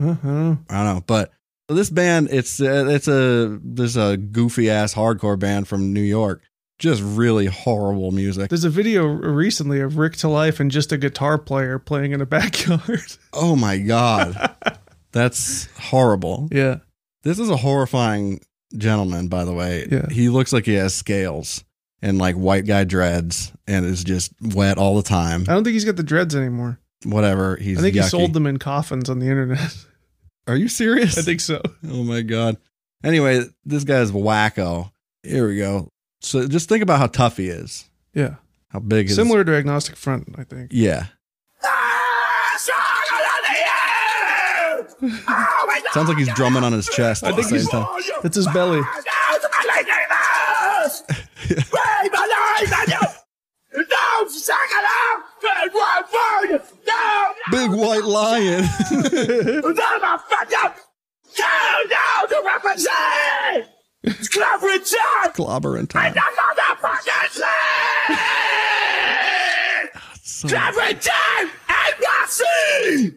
Uh, I don't know. I don't know, but this band, it's uh, it's a there's a goofy ass hardcore band from New York. Just really horrible music. There's a video recently of Rick to life and just a guitar player playing in a backyard. Oh my god, that's horrible. yeah. This is a horrifying gentleman, by the way. Yeah. He looks like he has scales and like white guy dreads and is just wet all the time. I don't think he's got the dreads anymore. Whatever. He's I think he yucky. sold them in coffins on the internet. Are you serious? I think so. Oh my god. Anyway, this guy's wacko. Here we go. So just think about how tough he is. Yeah. How big his Similar to Agnostic Front, I think. Yeah. Sounds like he's drumming on his chest at I think the same he's- time. That's his belly. Big white lion. Clobbering time. So- Every time I got see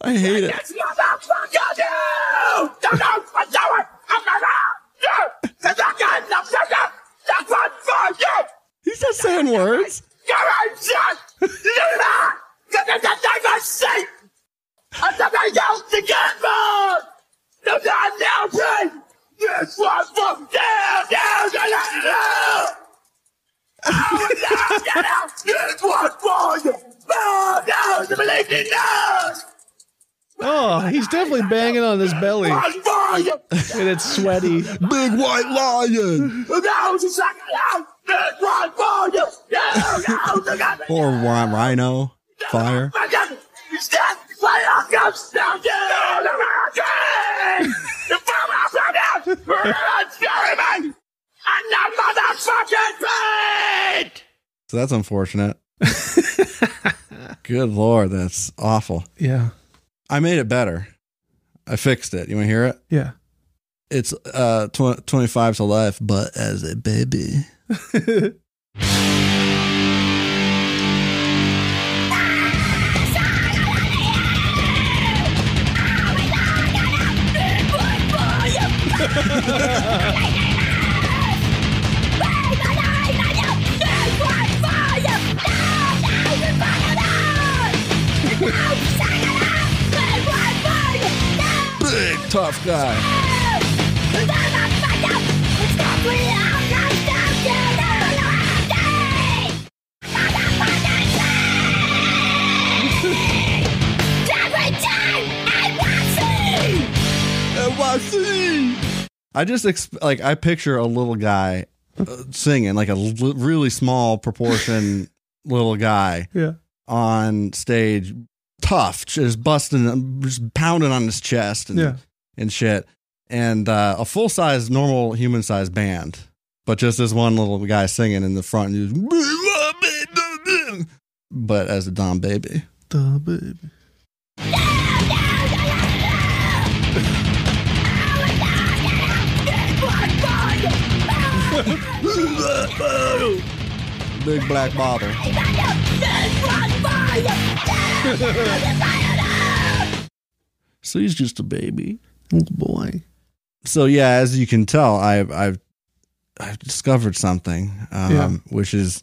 I hate it. this motherfucker do. Don't know what do it. I'm gonna do. Cause I got no sugar. That's what for you. He's just saying words. You're a jerk. You're not. Cause it's a different seat. I'm something else to get more. No, not now, This one from down, down, down, down, down. Oh, no, get out. This one for you. Oh, no, you believe me, no. Oh, he's definitely banging on his belly and One for you. it's sweaty. Big white lion. Or Or ri- rhino. Fire. So that's unfortunate. Good lord, that's awful. Yeah. I made it better. I fixed it. You want to hear it? Yeah. It's uh tw- 25 to life, but as a baby. Big tough guy. I just exp- like I picture a little guy uh, singing, like a l- really small proportion little guy Yeah. on stage, tough, just busting, just pounding on his chest and Yeah. and shit, and uh, a full size, normal human size band, but just this one little guy singing in the front, and he's, but as a Dom baby. Duh, baby. Big black bottle. so he's just a baby. Oh boy. So yeah, as you can tell, I've I've I've discovered something, um, Yeah. which is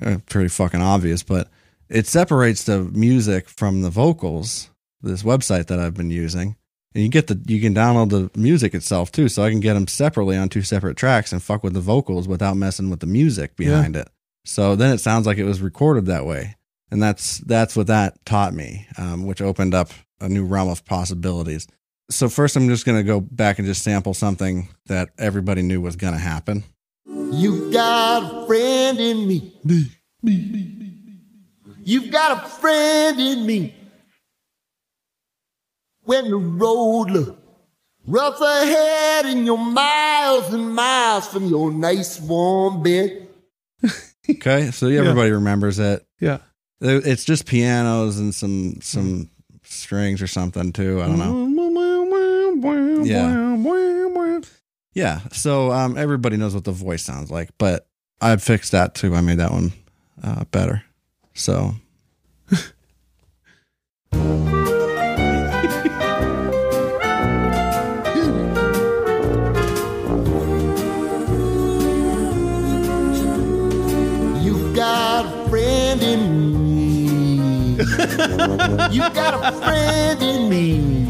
uh, pretty fucking obvious, but it separates the music from the vocals. This website that I've been using, and you get the you can download the music itself too, so I can get them separately on two separate tracks and fuck with the vocals without messing with the music behind it. So then it sounds like it was recorded that way, and that's that's what that taught me, um, which opened up a new realm of possibilities. So first, I'm just gonna go back and just sample something that everybody knew was gonna happen. You got a friend in me. You've got a friend in me. When the road looks rough ahead and you're miles and miles from your nice warm bed. Okay, so yeah, everybody remembers it. Yeah. It- It's just pianos and some some strings or something too. I don't know. Yeah. Yeah. So um, everybody knows what the voice sounds like, but I fixed that too. I made that one uh, better. So. You've got a friend in me. You've got a friend in me.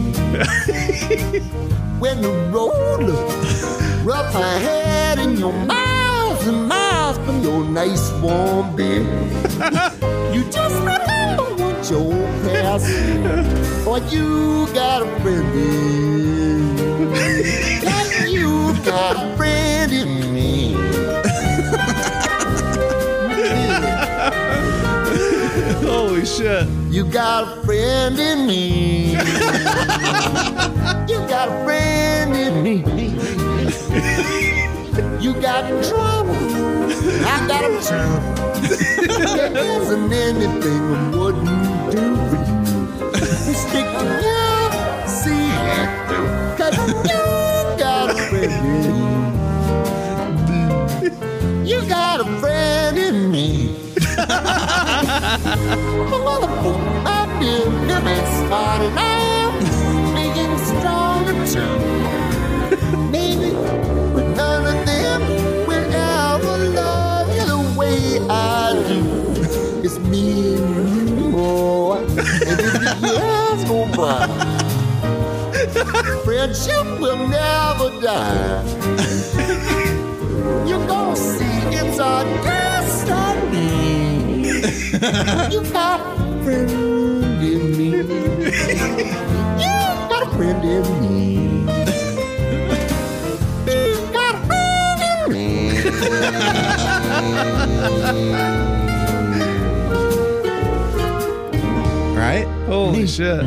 when the road looks rough ahead and you're miles and miles from your nice warm bed, you just remember what your past is. Or you got a friend in me. And you got a friend in me. Holy shit. You got a friend in me. you got a friend in me. you got trouble. I got a trouble. there isn't anything I wouldn't do for you. Stick to you, see it. Cause you got a friend in me. You got a friend in me. Motherfucker, I've been living smart and I'm making stronger too. Maybe, but none of them will ever love you the way I do. It's me and you more. And if the years go by, friendship will never die. You're gonna see it's our destiny. You got a friend in me. You got a friend in me. You got a friend in me. Right? Holy shit.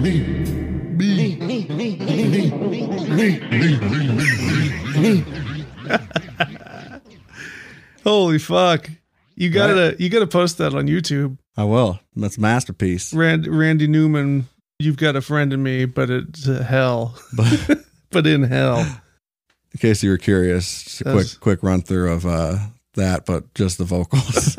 Holy fuck. You gotta you gotta post that on YouTube. I will. That's a masterpiece. Rand, Randy Newman, you've got a friend in me, but it's uh, hell. But But in hell. in case you were curious, just a That's- quick quick run through of uh, that, but just the vocals.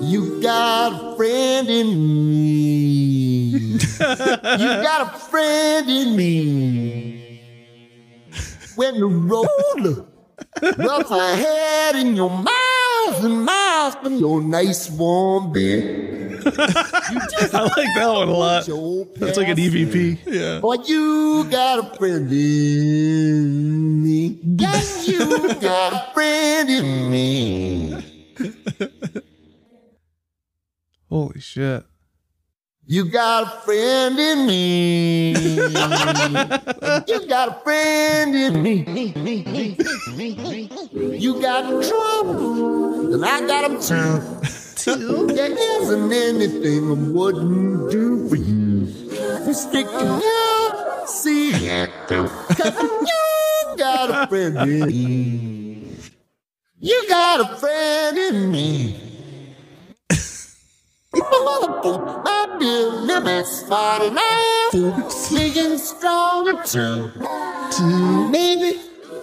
You got a friend in me. You got a friend in me. When the road looks rough ahead and you're miles thousand miles from your nice warm bed. I like that one a lot. That's like an E EVP. Yeah. Boy, you got a friend in me. Yes, you got a friend in me. Holy shit. You got a friend in me. you got a friend in me. You got trouble, and I got 'em too. There isn't anything I wouldn't do for you. Just stick to you, see, 'cause you got a friend in me. You got a friend in me. I build limits for life, big and strong too. Maybe,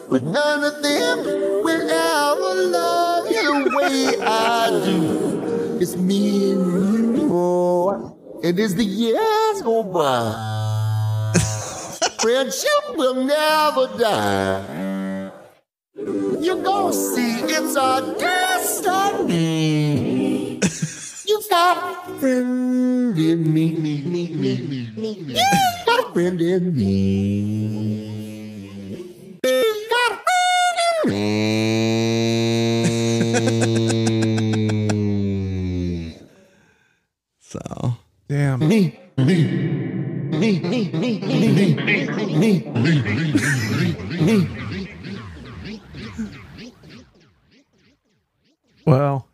but none of them will ever love you the way I do. It's me and you, boy, and as the years go by, friendship will never die. You're gonna see it's our destiny. You got a friend in me. me, me, me, me, me, me. You got a friend in me. You got a friend in me. So Damn. me, me, me, me, me, me, me, me, me, me. Wow.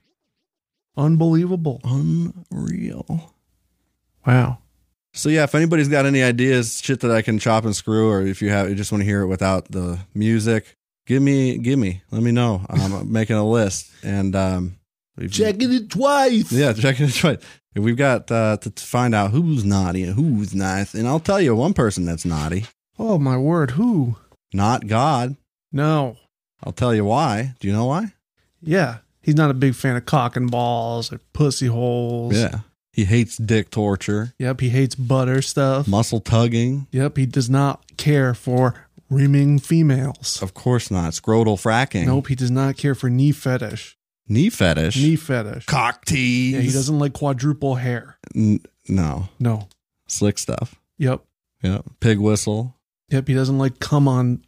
Unbelievable. unreal. Wow. So yeah, if anybody's got any ideas, shit that I can chop and screw, or if you have, you just want to hear it without the music, give me, give me, let me know. I'm making a list and um, if you- Checking it twice. Yeah, checking it twice. If We've got uh, to to find out who's naughty and who's nice, and I'll tell you one person that's naughty, Oh my word. Who? not God. No. I'll tell you why. Do you know why? Yeah. He's not a big fan of cock and balls or pussy holes. Yeah, he hates dick torture, Yep. He hates butter stuff. muscle tugging. Yep. He does not care for rimming females. Of course not. Scrotal fracking. Nope. He does not care for knee fetish. Knee fetish. Knee fetish. cock tease. Yeah. He doesn't like quadruple hair. N- no, No. slick stuff. Yep. Yeah, pig whistle. Yep. He doesn't like come on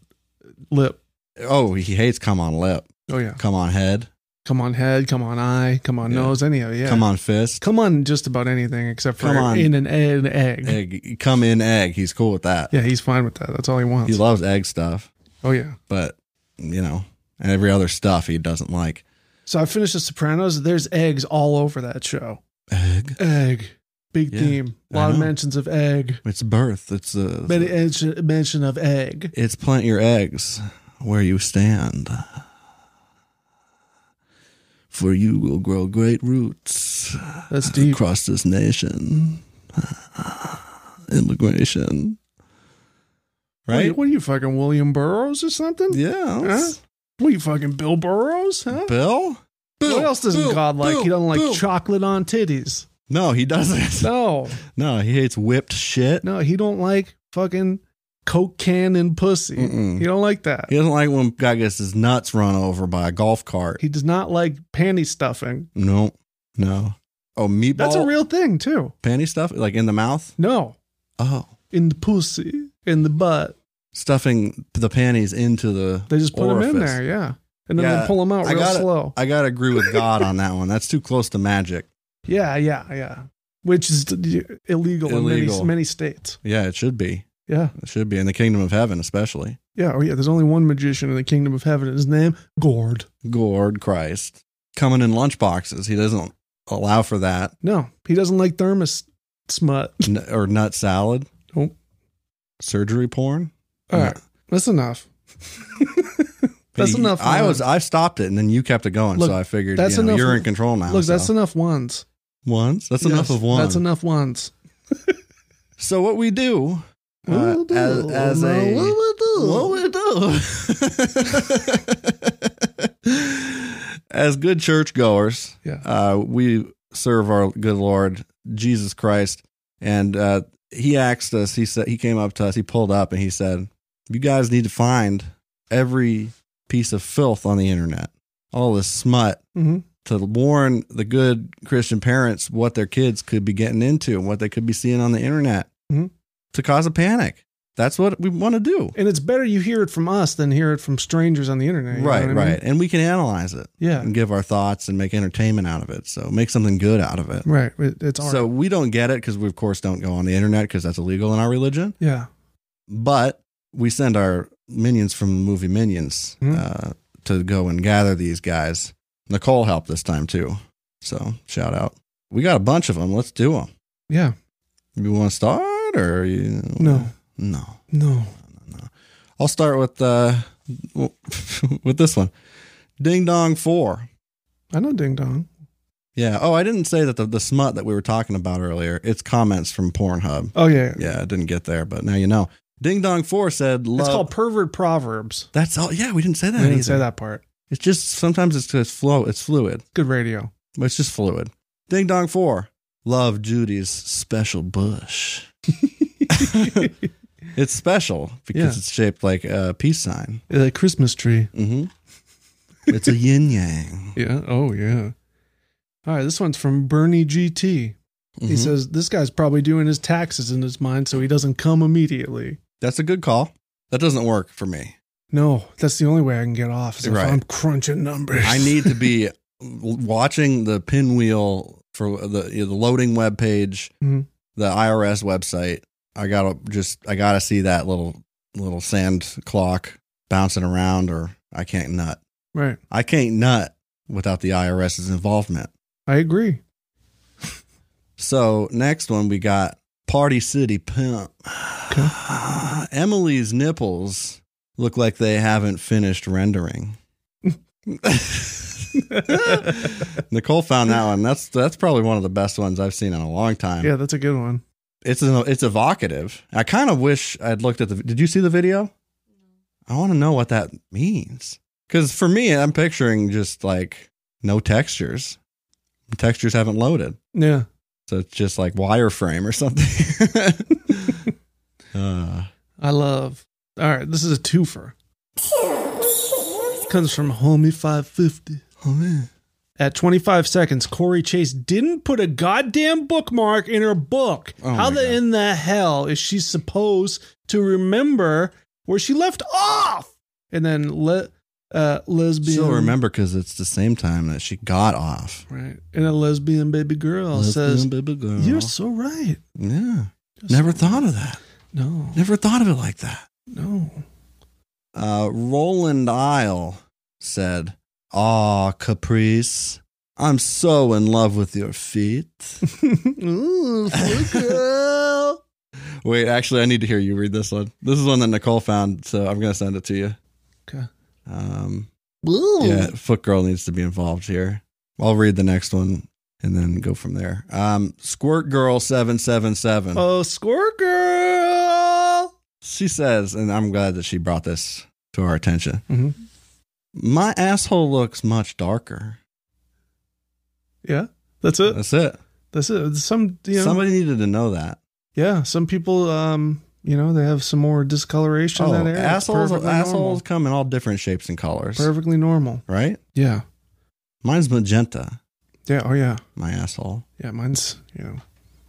lip. Oh, he hates come on lip, Oh yeah. come on head, Come on head. Come on eye. Come on Yeah. nose. Any of it. Yeah. come on fist, Come on, just about anything except for Come on. in an, an egg. egg, come in egg. He's cool with that. Yeah, he's fine with that. That's all he wants. He loves egg stuff. oh yeah. but you know, and every other stuff he doesn't like. So I finished The Sopranos. There's eggs all over that show. Egg. Egg, big Yeah, theme. A I lot of know. mentions of egg. It's birth. It's uh, Many mention, mention of egg. it's plant your eggs where you stand, for you will grow great roots That's deep. across this nation. Immigration, What are you- right? What are you fucking William Burroughs or something? Yeah. that's- What are you fucking Bill Burroughs? Huh? Bill. Bill, what else doesn't Bill, God like? Bill, he doesn't like Bill. chocolate on titties. No, he doesn't. No, No, he hates whipped shit. no, he don't like fucking coke can and pussy. Mm-mm. He don't like that. He doesn't like when a guy gets his nuts run over by a golf cart. He does not like panty stuffing. No, no. Oh, meatball. That's a real thing too. panty stuff, like in the mouth. No, Oh, in the pussy, in the butt. stuffing the panties into the. They just put them in orifice. there, yeah, and then Yeah, they pull them out I real gotta- slow. I gotta agree with God on that one. That's too close to magic. yeah, yeah, yeah. Which is illegal, in many Illegal. many states. Yeah, it should be. Yeah, It should be in the kingdom of heaven, especially. yeah, oh yeah. There's only one magician in the kingdom of heaven. His name Gord. Gord Christ coming in lunch boxes. He doesn't allow for that No, he doesn't like thermos smut. N- or nut salad. Nope. Surgery porn. All right, that's enough. That's Hey, enough. I man. was I stopped it and then you kept it going, Look, so I figured that's you know, enough- you're in control now. Look, that's so. enough ones. once. That's Yes, enough of one. That's enough ones. So what we do uh, Ooh, as, as no, a what we do? what we do as good churchgoers, Yeah. uh, we serve our good Lord Jesus Christ, and uh, He asked us. He said He came up to us. He pulled up and He said, "You guys need to find every piece of filth on the internet, all this smut." Mhm. to warn the good Christian parents what their kids could be getting into and what they could be seeing on the internet Mhm. to cause a panic. That's what we want to do. And it's better you hear it from us than hear it from strangers on the internet. you know right, what I right. mean? And we can analyze it Yeah. and give our thoughts and make entertainment out of it. So make something good out of it. Right. It- It's art. So we don't get it because we, of course, don't go on the internet because that's illegal in our religion. yeah. But we send our minions from the movie Minions Mhm. uh, to go and gather these guys. Nicole helped this time too. So shout out. We got a bunch of them. Let's do them. Yeah. You want to start or you? No. No. No. I'll start with uh, with this one. Ding Dong 4. I know Ding Dong. Yeah. Oh, I didn't say that the, the smut that we were talking about earlier, it's comments from Pornhub. Oh yeah. Yeah, I didn't get there, but now you know. Ding Dong 4 said, love. It's called pervert proverbs. That's all. Yeah, we didn't say that I didn't either. say that part. It's just sometimes it's just flow. It's fluid. Good radio. But it's just fluid. Ding Dong 4. Love Judy's special bush. it's special because Yeah. it's shaped like a peace sign. A Christmas tree. Mm-hmm. It's a yin yang. Yeah. Oh yeah. All right. This one's from Bernie GT. He Mhm. says this guy's probably doing his taxes in his mind, so he doesn't come immediately. That's a good call. That doesn't work for me. No, that's the only way I can get off. Is if Right. I'm crunching numbers. I need to be watching the pinwheel for the you know, the loading web page, Mhm. the IRS website. I gotta just I gotta see that little little sand clock bouncing around, or I can't nut. right. I can't nut without the IRS's involvement. I agree. So next one we got Party City Pimp. Emily's nipples look like they haven't finished rendering. Nicole found that one. That's that's probably one of the best ones I've seen in a long time. Yeah, that's a good one. It's an, it's evocative. I kind of wish I'd looked at the. Did you see the video? I want to know what that means. Because for me, I'm picturing just like no textures. Textures haven't loaded. Yeah. So it's just like wireframe or something. uh, I love. All right, this is a twofer. Comes from Homie 550. At 25 seconds, Corey Chase didn't put a goddamn bookmark in her book. Oh How my the God. in the hell is she supposed to remember where she left off? And then le- uh, lesbian. she'll remember because it's the same time that she got off. Right. And a lesbian baby girl Oh, says, Lesbian baby girl. You're so right. yeah. You're Never so thought right." of that. No. Never thought of it like that. No. Uh, Roland Isle said, "Ah, Caprice, I'm so in love with your feet." Ooh, fluke girl. Wait, actually, I need to hear you read this one. This is one that Nicole found, so I'm gonna send it to you. Okay. Um, Ooh. Yeah, Foot Girl needs to be involved here. I'll read the next one and then go from there. Um, Squirt Girl seven seven seven. Oh, squirt girl. She says, and I'm glad that she brought this to our attention. Mhm. My asshole looks much darker. Yeah, that's it. That's it. That's it. Some you know, Somebody needed to know that. yeah, some people um, you know, they have some more discoloration Oh, in that area. It's assholes, perfectly assholes come in all different shapes and colors, normal. perfectly normal. right? Yeah, Mine's magenta. yeah, oh yeah, My asshole. yeah. Mine's you know,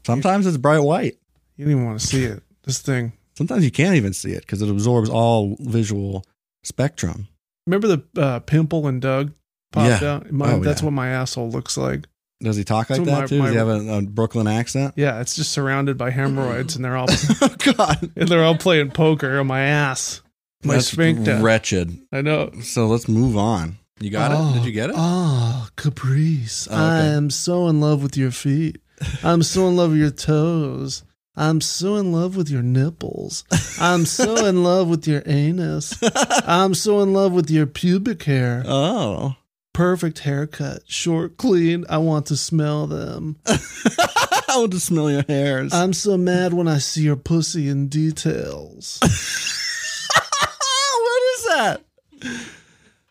Sometimes it's bright white. you don't even want to see it. This thing. Sometimes you can't even see it because it absorbs all visual spectrum. Remember the uh, pimple and Doug popped Yeah. out. My, Oh, that's yeah. what my asshole looks like. Does he talk like So that my- too? Does he have my- a, a Brooklyn accent? Yeah, it's just surrounded by hemorrhoids, and they're all oh God, and they're all playing poker on my ass, my That's sphincter. Wretched. I know. So let's move on. You got it? Did you get it? Oh, Caprice. Ah, Oh, okay. I am so in love with your feet. I'm so in love with your toes. I'm so in love with your nipples. I'm so in love with your anus. I'm so in love with your pubic hair. oh. Perfect haircut. Short, clean. I want to smell them. I want to smell your hairs. I'm so mad when I see your pussy in details. what is that?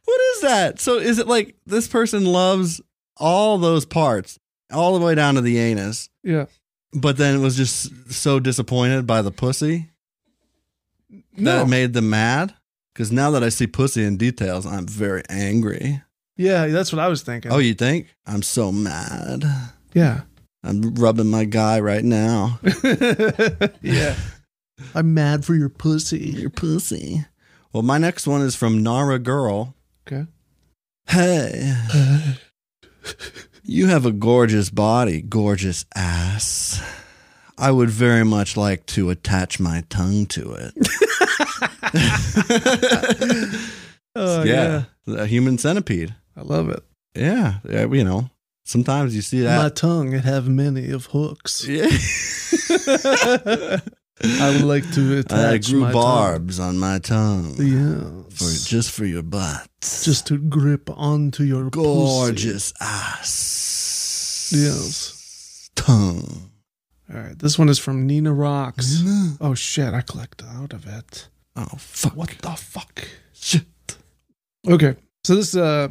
What is that? So is it like this person loves all those parts, all the way down to the anus, Yeah. but then was just so disappointed by the pussy that it made them mad? Because now that I see pussy in details, I'm very angry. Yeah, that's what I was thinking. Oh, you think? I'm so mad. Yeah. I'm rubbing my guy right now. yeah. I'm mad for your pussy. Your pussy. Well, my next one is from Nara Girl. Okay. Hey. you have a gorgeous body, gorgeous ass. I would very much like to attach my tongue to it. Oh, yeah. A human centipede. I love it. Yeah. yeah. You know, sometimes you see that. My tongue it have many of hooks. Yeah. I would like to I attach grew my barbs on my tongue. tongue. For Yes. just for your butt. just to grip onto your pussy. Gorgeous ass. Yes. Tongue. All right, this one is from Nina Rocks. Nina. Oh shit, I clicked out of it. Oh fuck. What the fuck? Shit. Okay, so this uh,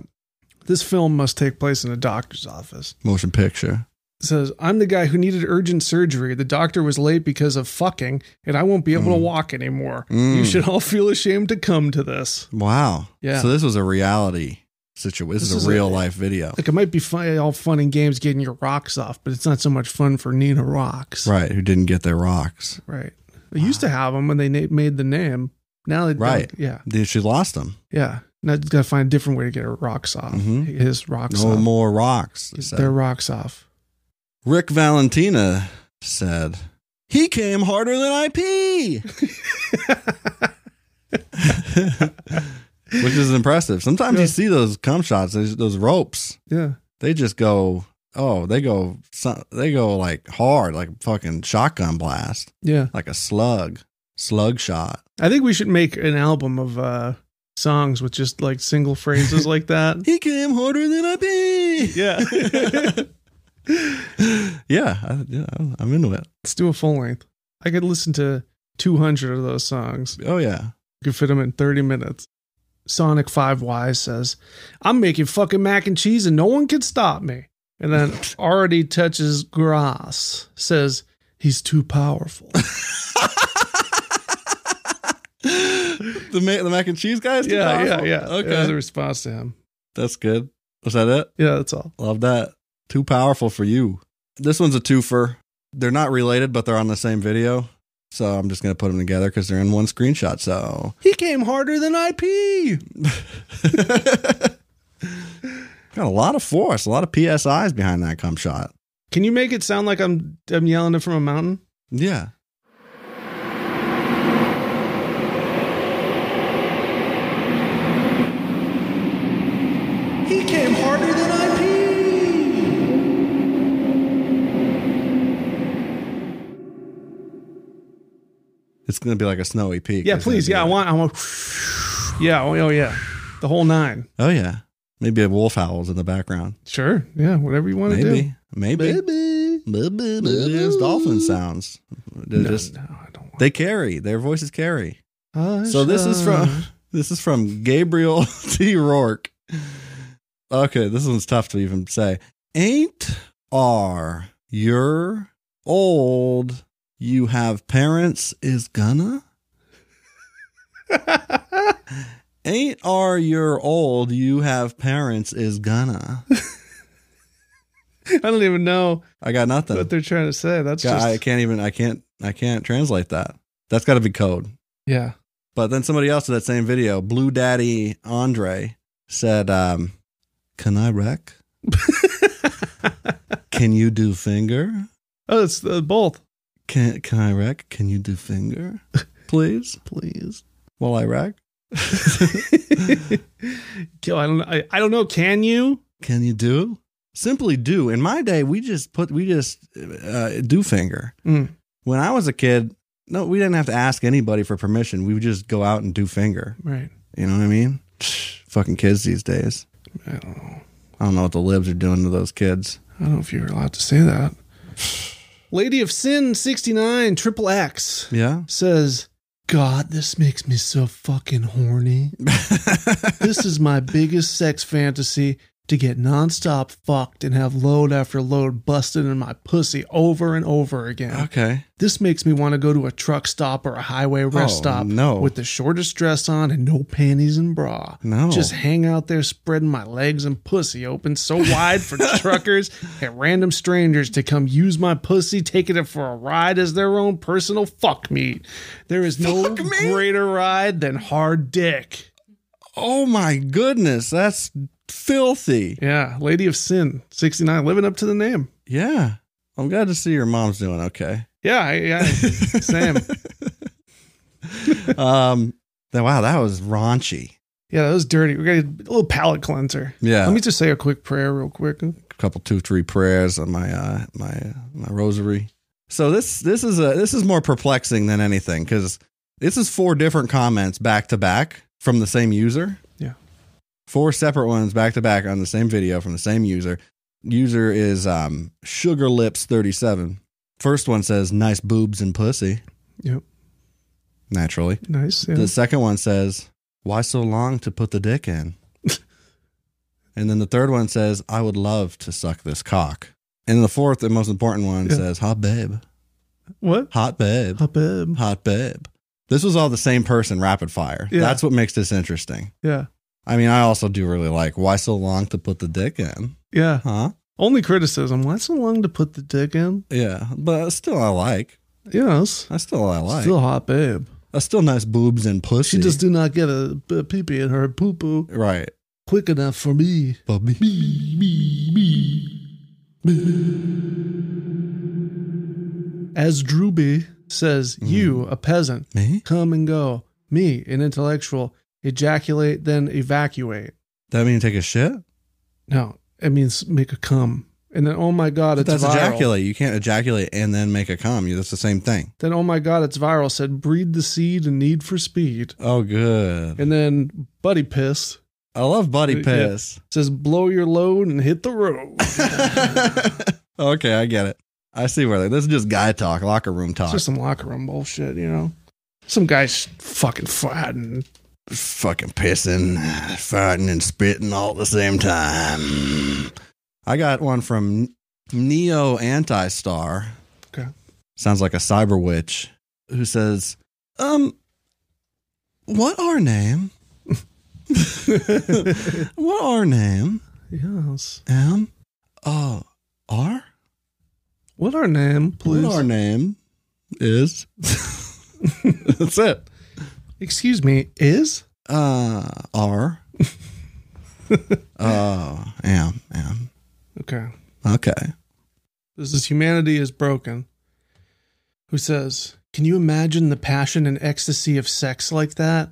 this film must take place in a doctor's office. Motion picture. It says I'm the guy who needed urgent surgery. The doctor was late because of fucking, and I won't be able to Hmm. walk anymore. Mm. You should all feel ashamed to come to this. Wow. Yeah. So this was a reality situation. This, This is is a a- real life video. Like it might be fun, all fun and games getting your rocks off, but it's not so much fun for Nina Rocks. Right. Who didn't get their rocks. Right. They used to have them when they na- made the name. Now they don't. Right. Yeah. Dude, she lost them. Yeah. Now just gotta find a different way to get her rocks off. Mhm. His rocks No off. more rocks. they said. Their rocks off. Rick Valentina said, He came harder than I pee. Which is impressive. Sometimes you see those cum shots, those, those ropes. Yeah. They just go, oh, they go, so- they go like hard, like fucking shotgun blast, Yeah. like a slug, slug shot. I think we should make an album of uh songs with just like single phrases like that. He came harder than I pee. Yeah. yeah, I, yeah, I'm into it. Let's do a full length. I could listen to 200 of those songs. Oh yeah, You could fit them in 30 minutes. Sonic 5Y says, I'm making fucking mac and cheese and no one can stop me. And then already touches grass, says, he's too powerful. the ma- the mac and cheese guys. did yeah, yeah, awesome? yeah. That was a Okay, response to him. that's good. Was that it? Yeah, that's all. Love that. Too powerful for you. This one's a twofer. They're not related, but they're on the same video. So I'm just gonna put them together because they're in one screenshot. So He came harder than I pee. got a lot of force, a lot of psi's behind that cum shot. Can you make it sound like I'm I'm yelling it from a mountain? Yeah. He came harder than I pee. It's gonna be like a snowy peak. Yeah, It's please. Yeah, gonna I be want. I want. Yeah. Oh, oh, yeah. The whole nine. like- Oh yeah. Maybe a wolf howls in the background. Sure. Yeah. Whatever you want to do. Maybe. Maybe. Maybe. Maybe. Maybe. It's dolphin sounds. They're No, just no, I don't want. they carry. Their voices carry. I So this is shall- from this is from Gabriel T. Rourke. Okay, this one's tough to even say. Ain't are your old you have parents is gonna? Ain't are your old you have parents is gonna. I don't even know I got nothing. what they're trying to say. That's God, just I can't even I can't I can't translate that. That's gotta be code. yeah. But then somebody else in that same video, Blue Daddy Andre, said, um, Can I wreck? Can you do finger? Oh, it's uh, both. Can, can I wreck? Can you do finger? Please? Please. Will I wreck? Yo, I don't. I, I don't know. Can you? Can you do? Simply do. In my day, we just put, we just uh, do finger. Mm. When I was a kid, no, we didn't have to ask anybody for permission. We would just go out and do finger. Right. You know what I mean? Fucking kids these days. I don't Oh. know. I don't know what the libs are doing to those kids. I don't know if you're allowed to say that. Lady of Sin 69 Triple X Yeah. says, God, this makes me so fucking horny. this is my biggest sex fantasy. to get nonstop fucked and have load after load busted in my pussy over and over again. Okay. This makes me want to go to a truck stop or a highway rest Oh, stop no. with the shortest dress on and no panties and bra. No. Just hang out there spreading my legs and pussy open so wide for truckers and random strangers to come use my pussy, taking it for a ride as their own personal fuck meat. There is no greater ride than hard dick. Oh my goodness, that's filthy. Yeah, Lady of Sin, 69, living up to the name. Yeah. I'm glad to see your mom's doing okay. Yeah, I- yeah, Sam. Um then, wow, that was raunchy. Yeah, that was dirty. We got a little palate cleanser. Yeah. Let me just say a quick prayer, real quick. A couple two, three prayers on my uh my uh, my rosary. So this this is a this is more perplexing than anything because this is four different comments back to back from the same user. Yeah. Four separate ones back to back on the same video from the same user. User is um Sugar Lips 37. First one says nice boobs and pussy. Yep. Naturally. Nice. Yeah. The second one says, Why so long to put the dick in? and then the third one says, I would love to suck this cock. And the fourth and most important one Yeah. says, Hot babe. What? Hot babe. Hot babe. Hot babe. This was all the same person rapid fire. Yeah. That's what makes this interesting. Yeah. I mean, I also do really like why so long to put the dick in, Yeah. huh? Only criticism. Why so long to put the dick in? Yeah, but still I like. Yes. I still I like. Still hot babe. That's still nice boobs and pussy. She just did not get a, a pee pee in her poo poo right, quick enough for me. Bubby. As Drewby says, Hmm. you, a peasant, Me? come and go. Me, an intellectual, ejaculate, then evacuate. That mean take a shit? No, it means make a cum. And then, oh my God, it's That's viral. ejaculate. You can't ejaculate and then make a cum. You- That's the same thing. Then, oh my God, it's viral said, breed the seed and need for speed. Oh, good. And then, buddy piss I love buddy Yeah. piss. says, blow your load and hit the road. okay, I get it. I see where they, this is just guy talk, locker room It's talk. just some locker room bullshit, you know? Some guy's fucking fat and fucking pissing, farting, and spitting all at the same time. I got one from Neo Antistar. Okay. Sounds like a cyber witch who says, um, what our name? what our name? Yes. M O R. What our name, please? What our name is? That's it. Excuse me, is? Uh, R. Oh, am am. Okay. Okay. This is Humanity is Broken, who says, Can you imagine the passion and ecstasy of sex like that?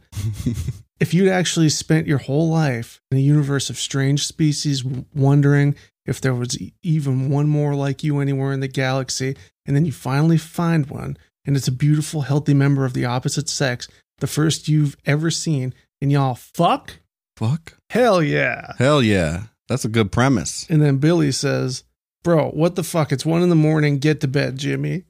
if you'd actually spent your whole life in a universe of strange species, w- wondering if there was e- even one more like you anywhere in the galaxy, and then you finally find one, and it's a beautiful, healthy member of the opposite sex, the first you've ever seen, and y'all fuck? Fuck. Hell yeah. Hell yeah. That's a good premise. And then Billy says, Bro, what the fuck? It's one in the morning. Get to bed, Jimmy.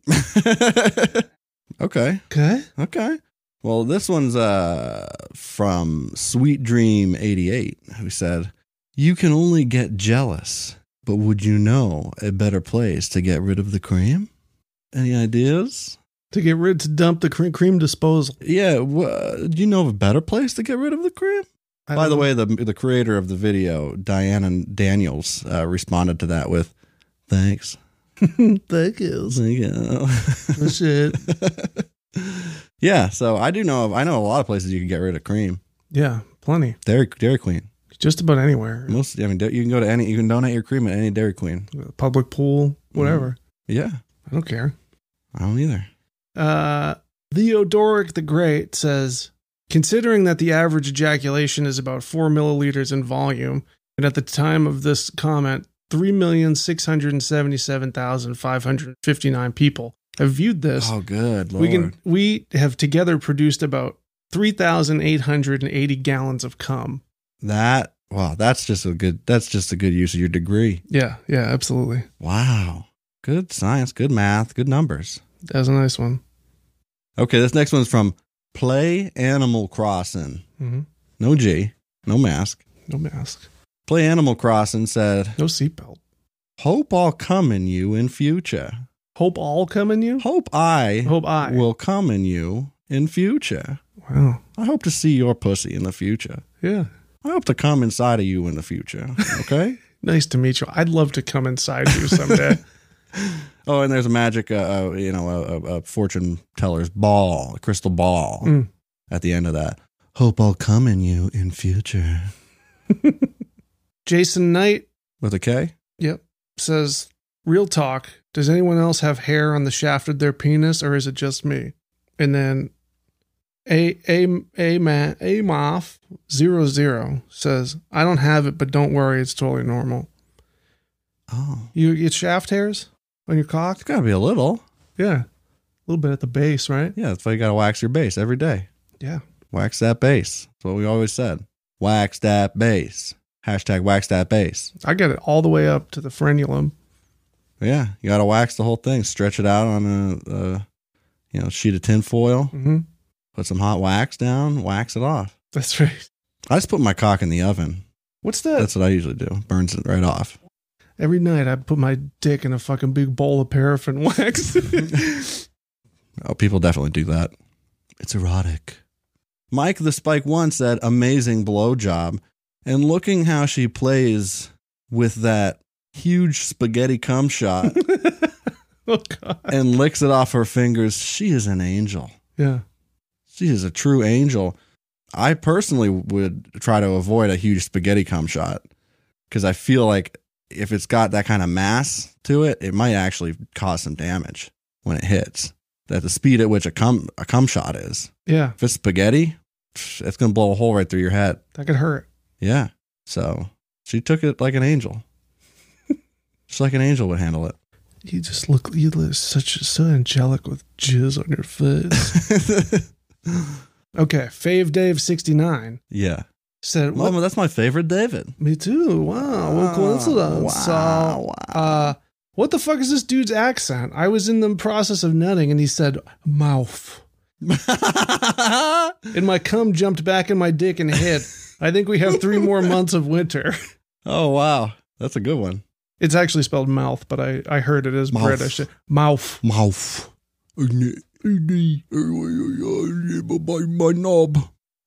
okay. Okay. Okay. Well, this one's uh from Sweet Dream 88 who said, "You can only get jealous, but would you know a better place to get rid of the cream?" Any ideas? To get rid to dump the cre- cream disposal. Yeah, wha do you know of a better place to get rid of the cream? I By the don't- way, the the creator of the video, Diana Daniels, uh, responded to that with, "Thanks." thank you. Thank you. That's it. yeah, so I do know of I know a lot of places you can get rid of cream. Yeah, plenty. Dairy Dairy Queen. Just about anywhere. Most I mean you can go to any you can donate your cream at any Dairy Queen. Public pool, whatever. Mm-hmm. Yeah. I don't care. I don't either. Uh, Theodoric the Great says, considering that the average ejaculation is about four milliliters in volume, and at the time of this comment, three million six hundred seventy-seven thousand five hundred fifty-nine people have viewed this. Oh good lord. we can we have together produced about three thousand eight hundred and eighty gallons of cum. that wow, that's just a good that's just a good use of your degree. Yeah, yeah, absolutely. Wow. Good science, good math, good numbers. That was a nice one. Okay, this next one's from Play Animal Crossing. Mhm. No G, no mask. No mask. Play Animal Crossing said, No seatbelt. Hope I'll come in you in future. Hope all come in you? Hope I Hope I. will come in you in future. Wow. I hope to see your pussy in the future. Yeah. I hope to come inside of you in the future. Okay. Nice to meet you. I'd love to come inside you someday. oh, and there's a magic, uh, uh, you know, a, a, a fortune teller's ball, a crystal ball Mm. at the end of that. Hope I'll come in you in future. Jason Knight With a K? Yep. Says, real talk. Does anyone else have hair on the shaft of their penis, or is it just me? And then a a a man a moth zero zero says, I don't have it, but don't worry, it's totally normal. Oh, You get shaft hairs on your cock? it's got to be a little. Yeah, a little bit at the base, right? Yeah, that's why you got to wax your base every day. Yeah. Wax that base. That's what we always said. Wax that base. Hashtag wax that base. I got it all the way up to the frenulum. Yeah, you got to wax the whole thing. Stretch it out on a, a you know, sheet of tin foil. Mm-hmm. Put some hot wax down. Wax it off. That's right. I just put my cock in the oven. What's that? That's what I usually do. Burns it right off. Every night I put my dick in a fucking big bowl of paraffin wax. Oh, people definitely do that. It's erotic. Mike the Spike One said, amazing blowjob. And looking how she plays with that huge spaghetti cum shot oh god. and licks it off her fingers, she is an angel. Yeah. She is a true angel. I personally would try to avoid a huge spaghetti cum shot because I feel like if it's got that kind of mass to it, it might actually cause some damage when it hits. At the speed at which a cum a cum shot is, Yeah. if it's spaghetti, pff, it's gonna blow a hole right through your head. That could hurt. Yeah. So she took it like an angel. Just like an angel would handle it. You just look, you look such so angelic with jizz on your face. okay, Fave Dave sixty nine yeah. said, Mama, what? that's my favorite David. "Me too. Wow, what Oh, coincidence." wow, so, uh, what the fuck is this dude's accent? I was in the process of nutting, and he said mouth, Oh, and my cum jumped back in my dick and hit. I think we have three more months of winter. Oh wow, that's a good one. It's actually spelled mouth, but I I heard it as Mouth. British. Mouth. Mouth. oh, My, my knob.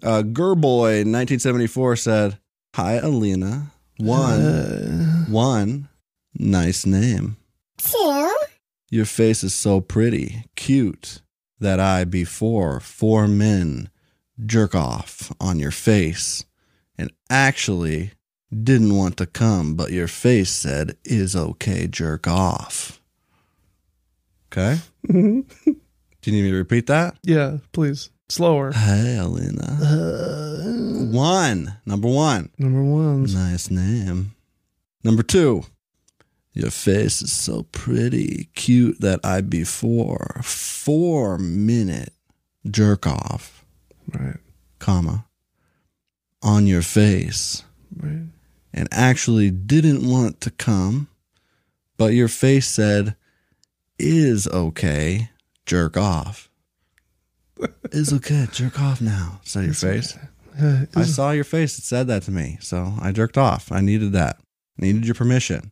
Uh, Gerboy, 1974, said, "Hi, Alina. One, Uh, one, nice name. two, Your face is so pretty, cute that I before four men jerk off on your face, and actually." Didn't want to come, but your face said, Is okay, jerk off. Okay. Do you need me to repeat that? yeah, please slower. Hey, Alina. Uh, One. Number one. number one. Nice name. Number two. Your face is so pretty, cute that I before four minute jerk off, Right, comma, on your face right. and actually didn't want to come, but your face said, is okay, jerk off. is okay, jerk off now, said your face. Uh, I saw your face. It said that to me. So I jerked off. I needed that. Needed your permission.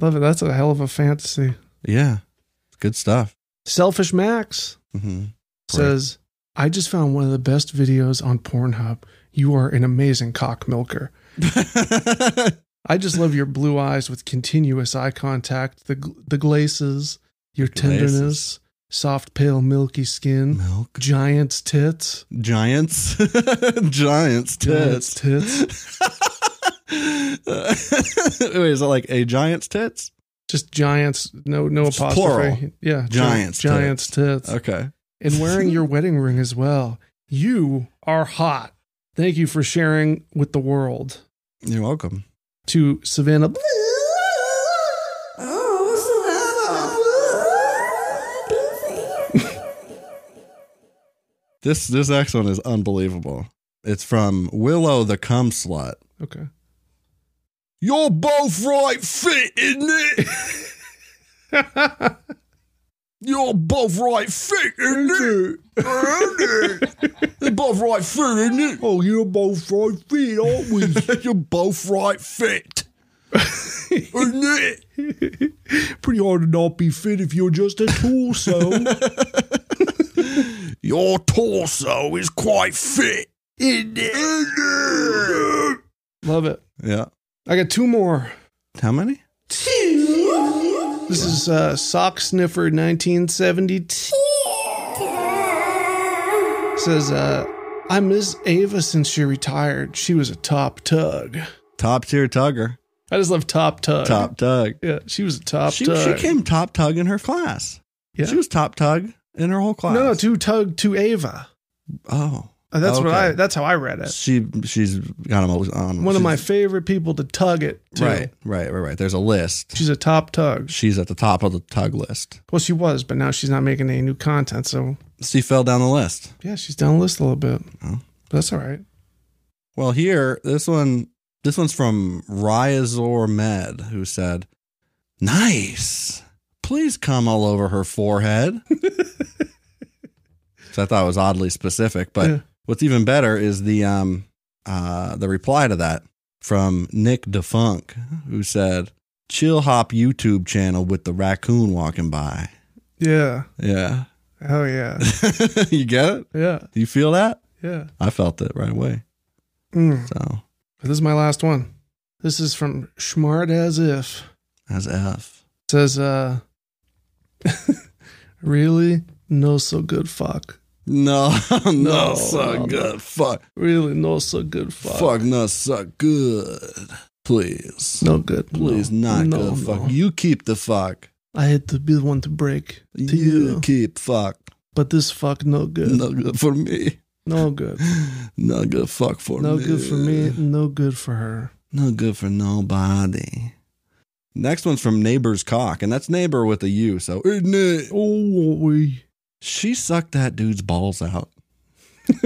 love it. That's a hell of a fantasy. Yeah. It's good stuff. Selfish Max hmm says, I just found one of the best videos on Pornhub. You are an amazing cock milker. I just love your blue eyes with continuous eye contact, the, gl- the glaces, your Glaces. Mm-hmm. tenderness, soft, pale, milky skin, Milk. giant's tits. Giants. Giants. Giant's Tits. tits. Wait, is it like a giant's tits? Just giants, no no Just apostrophe. plural. Yeah, gi- Giant's tits. giant's tits. Okay. and wearing your wedding ring as well. You are hot. Thank you for sharing with the world. You're welcome. To Savannah, This this next one is unbelievable. It's from Willow the Cum Slut. okay, You're both right fit, isn't it? You're both right feet, isn't it? They're both right feet, isn't it? Oh, you're both right feet, aren't we? you're both right fit. isn't it? Pretty hard to not be fit if you're just a torso. Your torso is quite fit. Isn't it? Love it. Yeah. I got two more. How many? This is uh, Sock Sniffer 1972. Says, uh, I miss Ava since she retired. She was a top tug. Top tier tugger. I just love top tug. Top tug. Yeah, she was a top She, she tug. came top tug in her class. Yeah. She was top tug in her whole class. No, no, to tug to Ava. Oh. Uh, That's what Okay. I. That's how I read it. She she's got them on. One of she's- my favorite people to tug it. To. Right, right, right, right. There's a list. She's a top tug. She's at the top of the tug list. Well, she was, but now she's not making any new content. So She fell down the list. yeah, she's down the list a little bit. But that's all right. Well, here, this one, this one's from Ryazor Med, who said, "Nice, please come all over her forehead." so I thought it was oddly specific, but Yeah. what's even better is the um uh the reply to that from Nick Defunk, who said, "Chill Hop YouTube channel with the raccoon walking by." Yeah. Yeah, Oh yeah. you get it. Yeah. You feel that? Yeah. I felt it right away. Mm. So This is my last one. This is from Smart as if. as F. It says, uh, really no so good fuck. No, no, No, suck no, good. Fuck, Really no so good fuck. fuck, no, suck good. Please, No good. please, no. not No, good. no. Fuck, you keep the fuck. I had to be the one to break to You you, keep fuck. but this fuck no good. No good for me. No good. No good fuck for No me. good for me. No good for her. No good for nobody. Next one's from Neighbor's Cock, and that's neighbor with a U. So isn't it? Oh, we. she sucked that dude's balls out. Do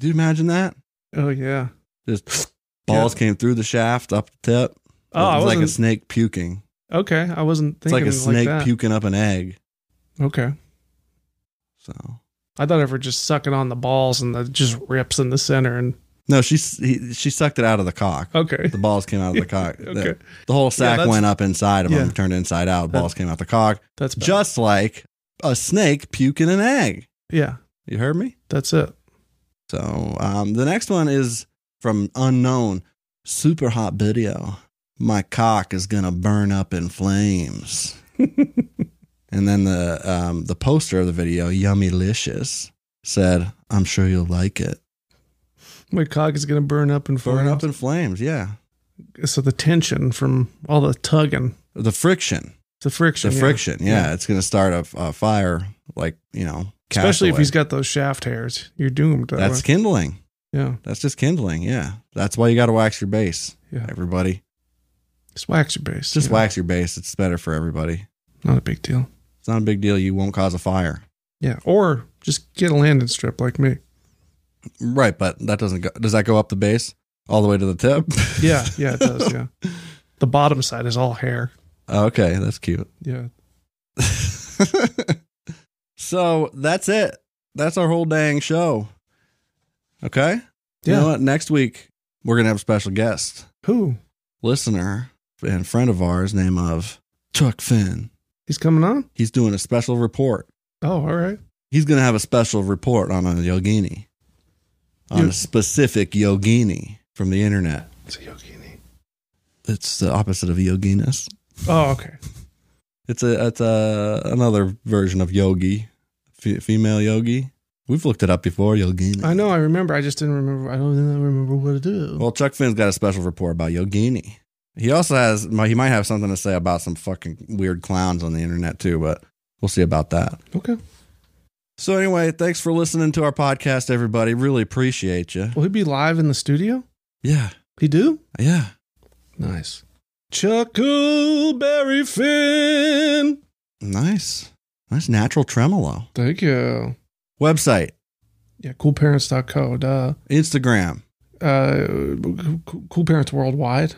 you imagine that? Oh yeah. Just balls came through the shaft up the tip. Oh, I it was like a wasn't- snake puking. Okay, I wasn't It's thinking like a snake that. puking up an egg. Okay, So I thought of her just sucking on the balls and that just rips in the center and no, she s- he, she sucked it out of the cock. okay. The balls came out of the cock. The- Okay. the, whole sack that's- went up inside of him, yeah. turned inside out. That- Balls came out the cock, That's bad. just like a snake puking an egg. yeah. You heard me. That's it. So um, the next one is from unknown super hot video. My cock is gonna burn up in flames. and then the um, the poster of the video, Yummy Licious, said, "I'm sure you'll like it." My cock is gonna burn up and Burn up in flames. Yeah, so the tension from all the tugging, the friction, the friction, the yeah. friction. Yeah, it's gonna start a, a fire, like you know, Especially if Castaway. he's got those shaft hairs, you're doomed. That that's way. kindling. yeah. That's just kindling. Yeah, that's why you got to wax your base, Yeah. everybody. Just wax your base. Just you know. wax your base. It's better for everybody. Not a big deal. It's not a big deal. You won't cause a fire. Yeah. Or just get a landing strip like me. Right, but that doesn't go. Does that go up the base all the way to the tip? Yeah. Yeah. It does. Yeah. the bottom side is all hair. Oh, okay, that's cute. Yeah. so that's it. That's our whole dang show. Okay. You know Yeah. what? Next week we're gonna have a special guest, Who? listener, and friend of ours, name of Chuck Finn. He's coming on? He's doing a special report. Oh, all right. He's gonna have a special report on a yogini, on You- a specific yogini from the internet. It's a yogini. It's the opposite of yoginess. Oh, okay. It's a it's a another version of yogi, F- female yogi. We've looked it up before, yogini. I know. I remember. I just didn't remember. I don't I remember what it is. Well, Chuck Finn's got a special report about yogini. He also has he might have something to say about some fucking weird clowns on the internet too, but we'll see about that. okay. So anyway, thanks for listening to our podcast, everybody. Really appreciate you. Will he be live in the studio? Yeah, He do? yeah. Nice. Chuckleberry Finn. Nice, nice natural tremolo. Thank you. Website, Yeah, coolparents.co. Duh. Instagram. Uh, cool parents worldwide.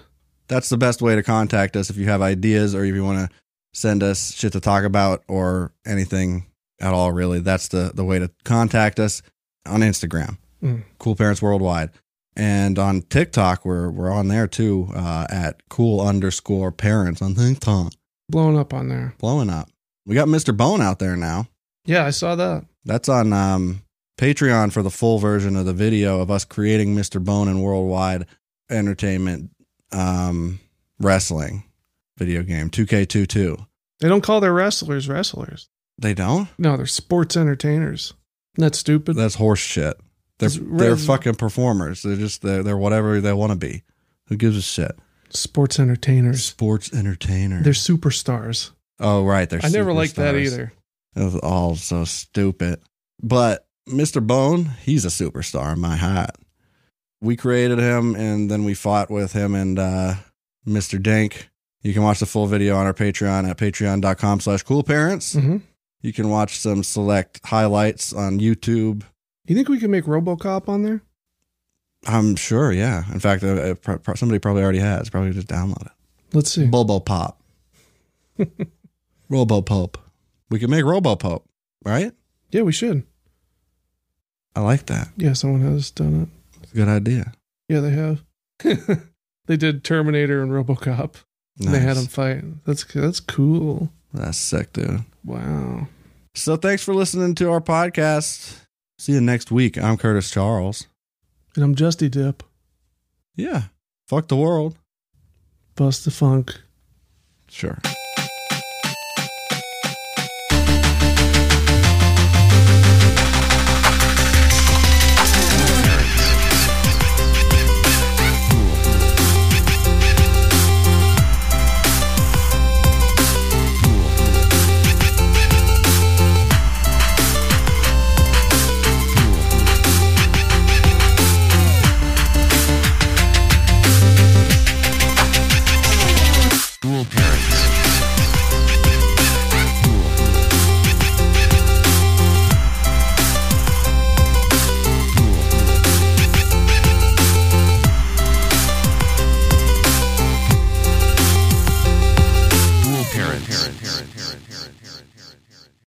That's the best way to contact us if you have ideas or if you want to send us shit to talk about or anything at all, really, that's the, the way to contact us on Instagram, Mm. Cool Parents Worldwide. And on TikTok, we're, we're on there too uh, at cool underscore parents on TikTok. Blowing up on there. Blowing up. We got Mr. Bone out there now. Yeah, I saw that. That's on um, Patreon for the full version of the video of us creating Mr. Bone and Worldwide Entertainment um, Wrestling video game 2K22. They don't call their wrestlers wrestlers. They don't? No, they're sports entertainers. Isn't that stupid? That's horse shit. They're It's re- they're fucking performers. They're just they're, they're whatever they want to be. Who gives a shit? Sports entertainers. Sports entertainer. They're superstars. oh right, they're. I never liked that superstars. either. It was all so stupid. But Mr. Bone, he's a superstar in my heart. We created him and then we fought with him and uh, Mr. Dank. You can watch the full video on our Patreon at patreon.com slash coolparents. Mhm. You can watch some select highlights on YouTube. You think we can make RoboCop on there? I'm sure, yeah. In fact, uh, uh, pro- pro- somebody probably already has. Probably just download it. Let's see. Bobo Pop. Robo Pope. We can make Robo Pope, right? Yeah, we should. I like that. Yeah, someone has done it. It's a good idea. Yeah, they have. they did Terminator and RoboCop. And they had Nice. them fight. That's that's cool. That's sick, dude. Wow. So thanks for listening to our podcast. See you next week. I'm Curtis Charles. And I'm Justy Dip. Yeah. Fuck the world. Bust the funk. Sure.